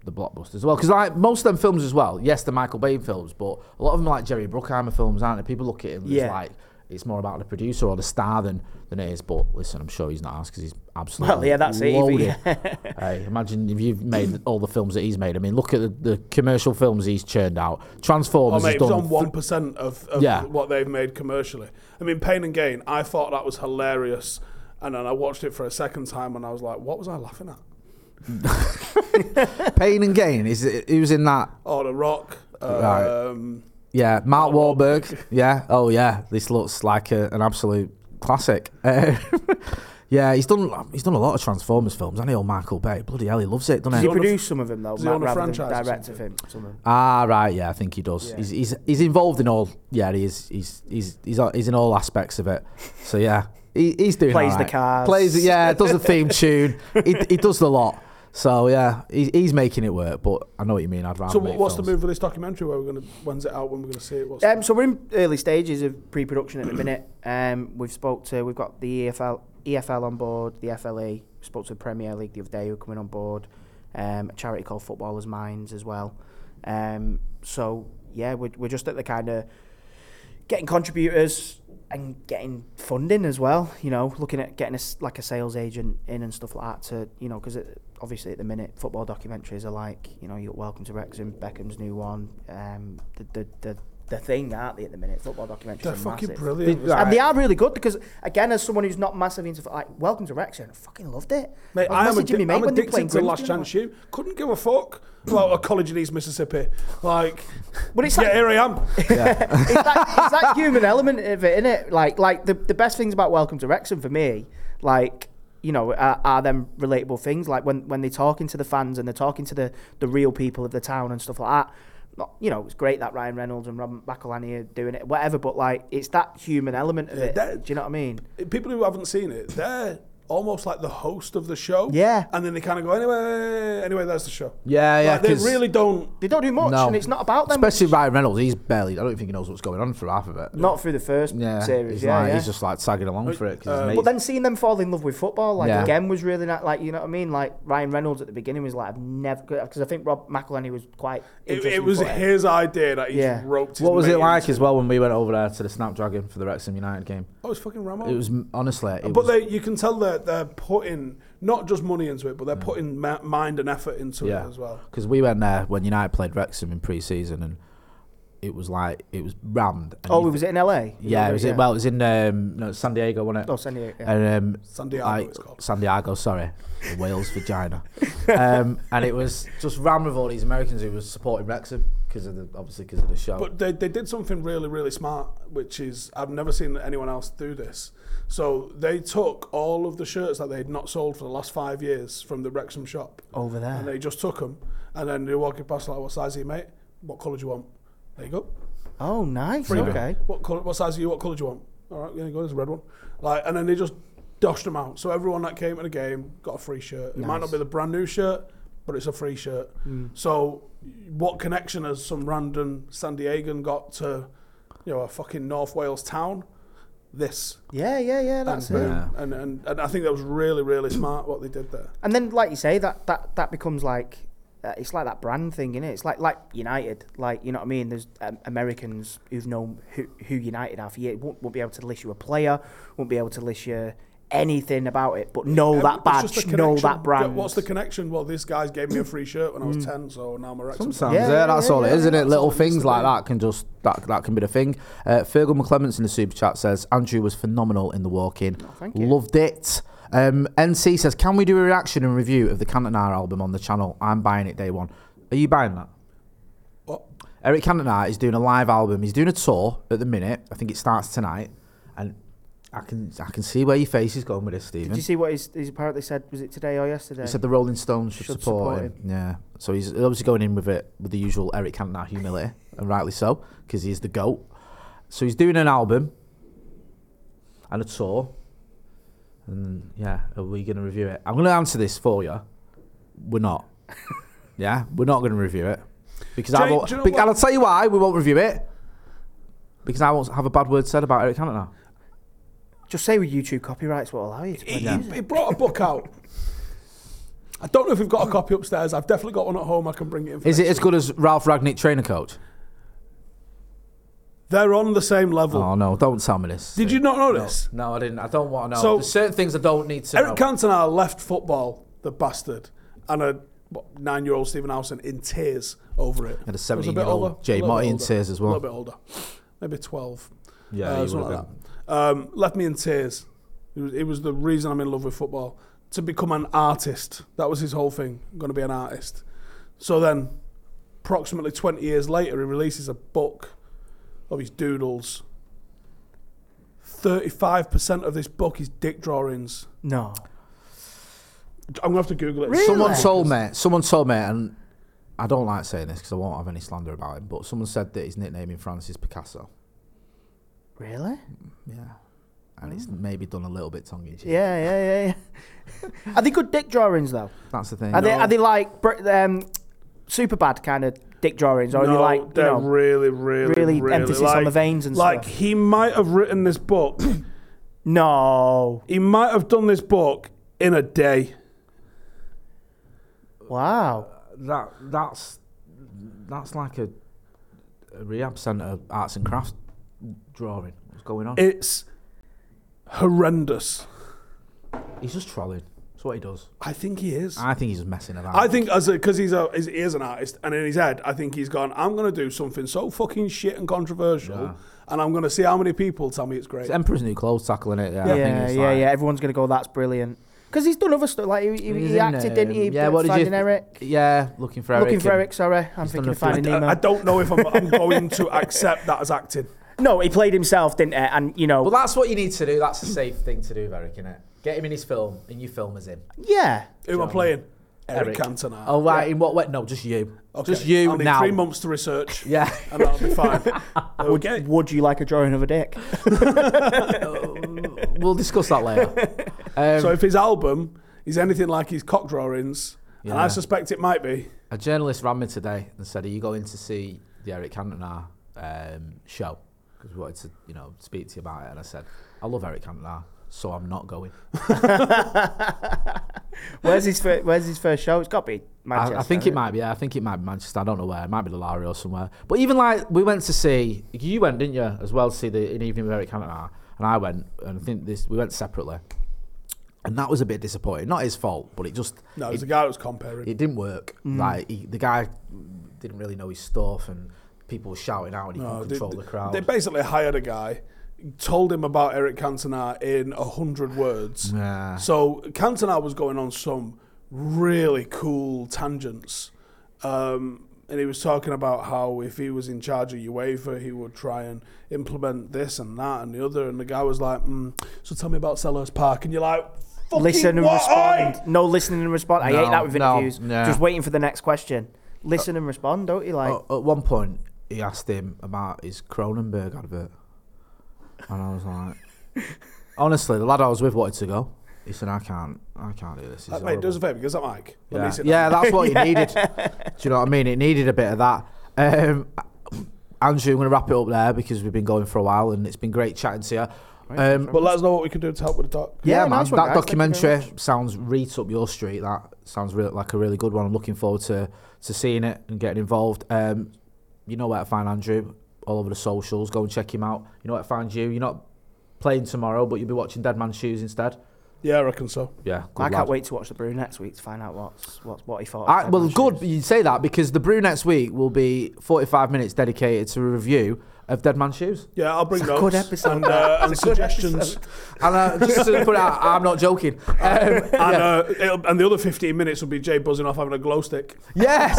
Speaker 3: the blockbusters as well. Because like most of them films as well, yes, they're Michael Bay films, but a lot of them are like Jerry Bruckheimer films, aren't they? People look at him as
Speaker 2: Yeah.
Speaker 3: like it's more about the producer or the star than, than it is. But listen, I'm sure he's not asked because he's absolutely
Speaker 2: yeah, that's it, if he-
Speaker 3: loaded. Hey, imagine if you've
Speaker 1: *laughs*
Speaker 3: made all the films that he's made. I mean, look at the, the commercial films he's churned out.
Speaker 1: Oh
Speaker 3: Transformers
Speaker 1: mate,
Speaker 3: has
Speaker 1: it was
Speaker 3: done
Speaker 1: on one percent of, of
Speaker 3: Yeah.
Speaker 1: what they've made commercially. I mean, Pain and Gain. I thought that was hilarious, and then I watched it for a second time, and I was like, what was I laughing at?
Speaker 3: Pain and Gain. Is it, who's in that?
Speaker 1: Oh, The Rock.
Speaker 3: Right.
Speaker 1: Um,
Speaker 3: Yeah, Mark *laughs* Wahlberg. Yeah. Oh, yeah. This looks like a, an absolute classic. Uh, Yeah, he's done. He's done a lot of Transformers films. I know Michael Bay. Bloody hell, he loves it,
Speaker 2: Does
Speaker 3: doesn't
Speaker 2: he
Speaker 3: he?
Speaker 1: own a-
Speaker 2: produce some of them though,
Speaker 1: does he
Speaker 2: Matt,
Speaker 1: own a
Speaker 2: rather than
Speaker 1: franchise or
Speaker 2: direct of
Speaker 1: something?
Speaker 2: him? Some of them.
Speaker 3: Ah, right. Yeah, I think he does.
Speaker 2: Yeah.
Speaker 3: He's, he's he's involved in all. Yeah, he is. He's he's he's a- he's in all aspects of it. So yeah, he, he's doing.
Speaker 2: Plays
Speaker 3: all
Speaker 2: the
Speaker 3: right.
Speaker 2: cars.
Speaker 3: Plays.
Speaker 2: *laughs*
Speaker 3: Yeah, does the theme tune. He he does the lot. So yeah, he, he's making it work. But I know what you mean. I'd rather.
Speaker 1: So
Speaker 3: make
Speaker 1: what, what's the
Speaker 3: films.
Speaker 1: move for this documentary? Where we're gonna when's it out? When we're gonna see it? What's
Speaker 2: Um, so we're in early stages of pre-production at the minute. Um, we've spoke to we've got the E EFL EFL on board, the FLE. Spoke to the Premier League the other day. who are coming on board. Um, a charity called Footballers Minds as well. Um, so yeah, we're we're just at the kind of getting contributors and getting funding as well. You know, looking at getting a s like a sales agent in and stuff like that to you know because obviously at the minute football documentaries are like you know you got Welcome to Wrexham, Beckham's new one, um, the the the the thing aren't they at the minute football documentaries
Speaker 1: they're
Speaker 2: are
Speaker 1: fucking
Speaker 2: massive.
Speaker 1: brilliant.
Speaker 3: Did-
Speaker 2: And they are really good because, again, as someone who's not massive into like Welcome to Wrexham, I fucking loved it.
Speaker 1: Mate,
Speaker 2: I
Speaker 1: I
Speaker 2: was
Speaker 1: am
Speaker 2: messaging
Speaker 1: addi-
Speaker 2: me mate
Speaker 1: I'm
Speaker 2: when they played
Speaker 1: addicted to
Speaker 2: Grimsby,
Speaker 1: Last
Speaker 2: I'm
Speaker 1: Chance
Speaker 2: like,
Speaker 1: Shoot. Couldn't give a fuck about a college in East Mississippi. Like,
Speaker 2: But it's
Speaker 1: yeah,
Speaker 2: like-
Speaker 1: here I am.
Speaker 2: it's, that, it's that human element of it, innit? Like, like the, the best things about Welcome to Wrexham for me, like, you know, are, are them relatable things. Like when, when they're talking to the fans and they're talking to the, the real people of the town and stuff like that. Not, you know, it's great that Ryan Reynolds and Robin McElhenney are doing it, whatever. But like, it's that human element of it.
Speaker 1: that-
Speaker 2: Do you know what I mean?
Speaker 1: People who haven't seen it, they're almost like the host of the show.
Speaker 2: Yeah.
Speaker 1: And then they kind of go, anyway, anyway, that's the show.
Speaker 3: Yeah, yeah,
Speaker 1: Like, they
Speaker 3: 'cause-
Speaker 1: really don't.
Speaker 2: They don't do much,
Speaker 3: No.
Speaker 2: and it's not about them.
Speaker 3: Especially Ryan Reynolds. He's barely. I don't think he knows what's going on for half of it.
Speaker 2: not through the first
Speaker 3: Yeah,
Speaker 2: series.
Speaker 3: he's
Speaker 2: yeah,
Speaker 3: like,
Speaker 2: yeah.
Speaker 3: he's just like tagging along for it. 'cause his
Speaker 1: Uh,
Speaker 3: mate-
Speaker 2: But then seeing them fall in love with football, like
Speaker 3: Yeah.
Speaker 2: again, was really not like you know what I mean. Like Ryan Reynolds at the beginning was like, I've never because I think Rob McElhenney was quite.
Speaker 1: It,
Speaker 2: interested
Speaker 1: it
Speaker 2: in
Speaker 1: was
Speaker 2: football.
Speaker 1: his idea that he
Speaker 2: Yeah.
Speaker 1: roped his
Speaker 3: what was
Speaker 1: mate
Speaker 3: it like
Speaker 1: into-
Speaker 3: as well when we went over there to the Snapdragon for the Wrexham United game?
Speaker 1: Oh, it's fucking Ramo.
Speaker 3: It was honestly. It
Speaker 1: but
Speaker 3: was,
Speaker 1: they, you can tell that they're putting not just money into it, but they're putting ma- mind and effort into
Speaker 3: yeah,
Speaker 1: it as well.
Speaker 3: Because we went there when United played Wrexham in pre-season, and it was like it was rammed. and
Speaker 2: Oh,
Speaker 3: you-
Speaker 2: was it in LA? Is
Speaker 3: yeah,
Speaker 2: that
Speaker 3: it was
Speaker 2: yeah.
Speaker 3: in, well, it was in um, no, San Diego, wasn't it?
Speaker 2: Oh, San Diego, yeah.
Speaker 3: And, um,
Speaker 1: San Diego,
Speaker 3: like-
Speaker 1: it's called.
Speaker 3: San Diego, sorry, the
Speaker 2: *laughs*
Speaker 3: Wales vagina. Um, and it was just rammed with all these Americans who was supporting Wrexham because of the obviously because of the show.
Speaker 1: But they, they did something really, really smart, which is I've never seen anyone else do this. So they took all of the shirts that they had not sold for the last five years from the Wrexham shop.
Speaker 2: Over there.
Speaker 1: And they just took them. And then they're walking past, like, what size are you, mate? What colour do you want? There you go.
Speaker 2: Oh, nice.
Speaker 1: Freebie.
Speaker 2: Okay.
Speaker 1: What colour, what size are you? What colour do you want? All right, there you go. There's a red one. Like, and then they just doshed them out. So everyone that came to the game got a free shirt. It might not be the brand new shirt, but it's a free shirt.
Speaker 2: Hmm.
Speaker 1: So what connection has some random San Diegan got to, you know, a fucking North Wales town? This.
Speaker 2: Yeah, yeah, yeah. That's
Speaker 1: and,
Speaker 2: it.
Speaker 1: boom.
Speaker 3: Yeah.
Speaker 1: And, and and I think that was really really smart what they did there.
Speaker 2: And then, like you say, that that that becomes like uh, it's like that brand thing, innit? It's like like United, like you know what I mean. There's um, Americans who've known who, who United are for years won't, won't be able to list you a player, won't be able to list you anything about it, but know that
Speaker 1: It's just
Speaker 2: badge,
Speaker 1: a
Speaker 2: know
Speaker 1: connection.
Speaker 2: that brand. Hmm.
Speaker 1: What's the connection? Well, this guy's gave me a free shirt when I was ten, so now I'm a Wrexham.
Speaker 3: Sometimes,
Speaker 2: Yeah,
Speaker 3: yeah,
Speaker 2: yeah,
Speaker 3: that's
Speaker 2: yeah,
Speaker 3: all it
Speaker 2: yeah,
Speaker 3: is, isn't
Speaker 1: yeah,
Speaker 3: it? Little
Speaker 1: that's all it needs
Speaker 3: things
Speaker 1: to
Speaker 3: like
Speaker 1: be.
Speaker 3: that can just that that can be the thing. Uh, Fergal McClements in the super chat says Andrew was phenomenal in the walk-in.
Speaker 2: thank you.
Speaker 3: Loved it. Um, NC says, can we do a reaction and review of the Cantona album on the channel? I'm buying it day one. Are you buying that?
Speaker 1: What?
Speaker 3: Eric Cantona is doing a live album. He's doing a tour at the minute. I think it starts tonight, and I can I can see where your face is going with this, Stephen.
Speaker 2: Did you see what he's, he's apparently said? Was it today or yesterday?
Speaker 3: He said the Rolling Stones should,
Speaker 2: Should
Speaker 3: support,
Speaker 2: support
Speaker 3: him. Yeah. So he's obviously going in with it with the usual Eric Cantona humility, and rightly so, because he's the GOAT. So he's doing an album and a tour. And yeah, are we going to review it? I'm going to answer this for you.
Speaker 1: *laughs*
Speaker 3: We're not. yeah, we're not going to review it. Because I
Speaker 1: Jay,
Speaker 3: won't.
Speaker 1: do you know
Speaker 3: be-
Speaker 1: what-
Speaker 3: and I'll tell you why we won't review it. Because I won't have a bad word said about Eric Cantona.
Speaker 2: Just say with YouTube copyrights will allow you to.
Speaker 1: He,
Speaker 2: play
Speaker 1: he-
Speaker 2: music.
Speaker 1: he brought a book out. I don't know if we've got a copy upstairs. I've definitely got one at home. I can bring it in. For
Speaker 3: Is it
Speaker 1: next
Speaker 3: as good as Ralph Ragnick, trainer coach?
Speaker 1: week. They're on the same level.
Speaker 3: Oh, no, don't tell me this.
Speaker 1: Did you not know this?
Speaker 3: No, I didn't. I don't want to know.
Speaker 1: So-
Speaker 3: There's certain things I don't need to know.
Speaker 1: Eric Cantona left football, the bastard, and a what, nine-year-old Stephen Howson in tears over it.
Speaker 3: And a
Speaker 1: He was bit
Speaker 3: 17-year-old
Speaker 1: older,
Speaker 3: Jay
Speaker 1: a little bit
Speaker 3: Martin in
Speaker 1: older,
Speaker 3: tears as well.
Speaker 1: A little bit older, maybe twelve.
Speaker 3: Yeah,
Speaker 1: uh,
Speaker 3: he
Speaker 1: something
Speaker 3: would've
Speaker 1: like that. Um, left me in tears. It was, it was the reason I'm in love with football. To become an artist, that was his whole thing. I'm going to be an artist. So then, approximately 20 years later, he releases a book of his doodles. 35% of this book is dick drawings.
Speaker 2: No.
Speaker 1: I'm going to have to Google it.
Speaker 3: Someone
Speaker 2: Really?
Speaker 3: told me. Someone told me, and I don't like saying this because I won't have any slander about him. But someone said that his nickname in France is Picasso.
Speaker 2: Really?
Speaker 3: Yeah, and it's maybe done a little bit tongue in cheek.
Speaker 2: Yeah, yeah, yeah. yeah. *laughs* are they good dick drawings though?
Speaker 3: That's the thing.
Speaker 2: Are they are they like br- um, super bad kind of dick drawings, or are
Speaker 1: no,
Speaker 2: they like you
Speaker 1: they're
Speaker 2: know,
Speaker 1: really, really,
Speaker 2: really
Speaker 1: really,
Speaker 2: emphasis on
Speaker 1: like,
Speaker 2: the veins and
Speaker 1: like
Speaker 2: stuff?
Speaker 1: he might have written this book. *clears throat*
Speaker 2: no?
Speaker 1: he might have done this book in a day.
Speaker 2: Wow.
Speaker 3: that that's that's like a, a rehab centre arts and crafts drawing. What's going on?
Speaker 1: It's horrendous.
Speaker 3: he's just trolling. That's what he does.
Speaker 1: I think he is.
Speaker 3: I think he's just messing about.
Speaker 1: I think as because he's a he's, he is an artist, and in his head, I think he's gone. I'm going to do something so fucking shit and controversial, and I'm going to see how many people tell me it's great.
Speaker 3: it's Emperor's New Clothes tackling it. Yeah, I think
Speaker 2: yeah,
Speaker 3: it's
Speaker 2: yeah,
Speaker 3: like-
Speaker 2: yeah. Everyone's gonna go. That's brilliant. Because he's done other stuff. Like he, he,
Speaker 3: He's
Speaker 2: he
Speaker 3: in,
Speaker 2: acted, didn't he?
Speaker 3: um, Yeah, what did you?
Speaker 2: Finding Eric.
Speaker 3: Yeah, looking for Eric.
Speaker 2: Looking for
Speaker 3: and-
Speaker 2: Eric. Sorry, I'm
Speaker 3: He's done
Speaker 2: thinking
Speaker 3: a
Speaker 2: of Finding
Speaker 1: I,
Speaker 2: Nemo.
Speaker 1: I don't know if I'm, I'm
Speaker 2: *laughs*
Speaker 1: going to accept that as acting.
Speaker 2: no, he played himself, didn't he? And you know,
Speaker 3: Well, that's what you need to do. That's the safe thing to do, Eric, innit? Get him in his film, and you film as him.
Speaker 2: yeah.
Speaker 1: Who am I playing? Eric,
Speaker 3: Eric.
Speaker 1: Cantona.
Speaker 3: Oh, right. In what way? No, just you.
Speaker 1: Okay,
Speaker 3: Just you
Speaker 1: I'll need
Speaker 3: now.
Speaker 1: Three months to research. *laughs*
Speaker 3: Yeah.
Speaker 1: and that'll be
Speaker 3: *laughs*
Speaker 1: fine. okay.
Speaker 2: Would you like a drawing of a dick?
Speaker 3: Uh, we'll discuss that later. Um,
Speaker 1: So if his album is anything like his cock drawings, and
Speaker 3: Yeah.
Speaker 1: I suspect it might be,
Speaker 3: a journalist ran me today and said, "Are you going to see the Eric Cantona um, show?" Because we wanted to, you know, speak to you about it. And I said, "I love Eric Cantona, so I'm not going."
Speaker 2: *laughs* where's his fir- Where's his first show? It's got to be Manchester.
Speaker 3: I, I think
Speaker 2: isn't
Speaker 3: it might be. Yeah, I think it might be Manchester. I don't know where. It might be Lalario or somewhere. But even like we went to see you went, didn't you, as well? to See the an evening with Eric Cantona, and I went, and I think this we went separately, and that was a bit disappointing. Not his fault, but it just
Speaker 1: no,
Speaker 3: it,
Speaker 1: it's the guy that was Mm. comparing.
Speaker 3: it didn't work. Like he, the guy didn't really know his stuff, and people were shouting out, and he
Speaker 1: No,
Speaker 3: couldn't control the crowd.
Speaker 1: They basically hired a guy, told him about Eric Cantona in a hundred words.
Speaker 3: Yeah.
Speaker 1: So Cantona was going on some really cool tangents. Um, and he was talking about how if he was in charge of UEFA, he would try and implement this and that and the other. And the guy was like, mm, "So tell me about Sellers Park." And you're like, "Fucking
Speaker 2: Listen and
Speaker 1: what?
Speaker 2: respond.
Speaker 1: Oi!"
Speaker 2: No listening and respond. I
Speaker 3: No,
Speaker 2: hate that with
Speaker 3: no,
Speaker 2: interviews.
Speaker 3: yeah.
Speaker 2: Just waiting for the next question. Listen and respond, don't you? Like,
Speaker 3: at, at one point, he asked him about his Cronenberg advert, and I was like,
Speaker 1: *laughs*
Speaker 3: honestly, the lad I was with wanted to go. He said, "I can't, I can't do this." It's
Speaker 1: Like, mate, do us a favor,
Speaker 3: horrible."
Speaker 1: because that mic.
Speaker 3: yeah.
Speaker 1: Release it.
Speaker 3: yeah, that's what you
Speaker 1: *laughs*
Speaker 3: needed. Do you know what I mean? It needed a bit of that. Um, Andrew, I'm going to wrap it up there because we've been going for a while, and it's been great chatting to you. Um,
Speaker 1: But let us know what we can do to help with the talk.
Speaker 3: yeah,
Speaker 2: Yeah,
Speaker 3: man,
Speaker 2: nice one,
Speaker 3: that
Speaker 2: guys. Thank you very
Speaker 3: documentary sounds right up your street. That sounds real like a really good one. I'm looking forward to to seeing it and getting involved. Um, you know where to find Andrew all over the socials. Go and check him out. You know where to find you. You're not playing tomorrow, but you'll be watching Dead Man's Shoes instead.
Speaker 1: Yeah, I reckon so.
Speaker 3: Yeah, good
Speaker 2: I can't
Speaker 3: lad.
Speaker 2: wait to watch the brew next week to find out what's what's what he thought. of
Speaker 3: I,
Speaker 2: Dead
Speaker 3: well,
Speaker 2: Man's
Speaker 3: good
Speaker 2: Shoes.
Speaker 3: you say that because the brew next week will be 45 minutes dedicated to a review of Dead Man's Shoes.
Speaker 1: Yeah, I'll bring
Speaker 2: It's a
Speaker 1: notes
Speaker 2: good episode.
Speaker 1: and, uh, and
Speaker 2: a good
Speaker 1: suggestions.
Speaker 3: And uh, just to put it out, I'm not *laughs* joking. Um,
Speaker 1: And,
Speaker 3: yeah.
Speaker 1: uh, it'll, and the other 15 minutes will be Jay buzzing off having a glow stick.
Speaker 3: Yes,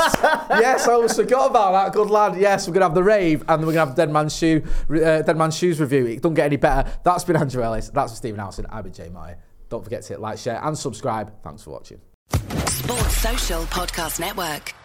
Speaker 3: yes, I almost forgot about that. Good lad. Yes, we're gonna have the rave, and then we're gonna have Dead Man's Shoe, uh, Dead Man's Shoes review. It don't get any better. That's been Andrew Ellis. That's been Stephen Allison. I've been Jay Meyer. Don't forget to hit like, share, and subscribe. Thanks for watching.
Speaker 4: Sports Social Podcast Network.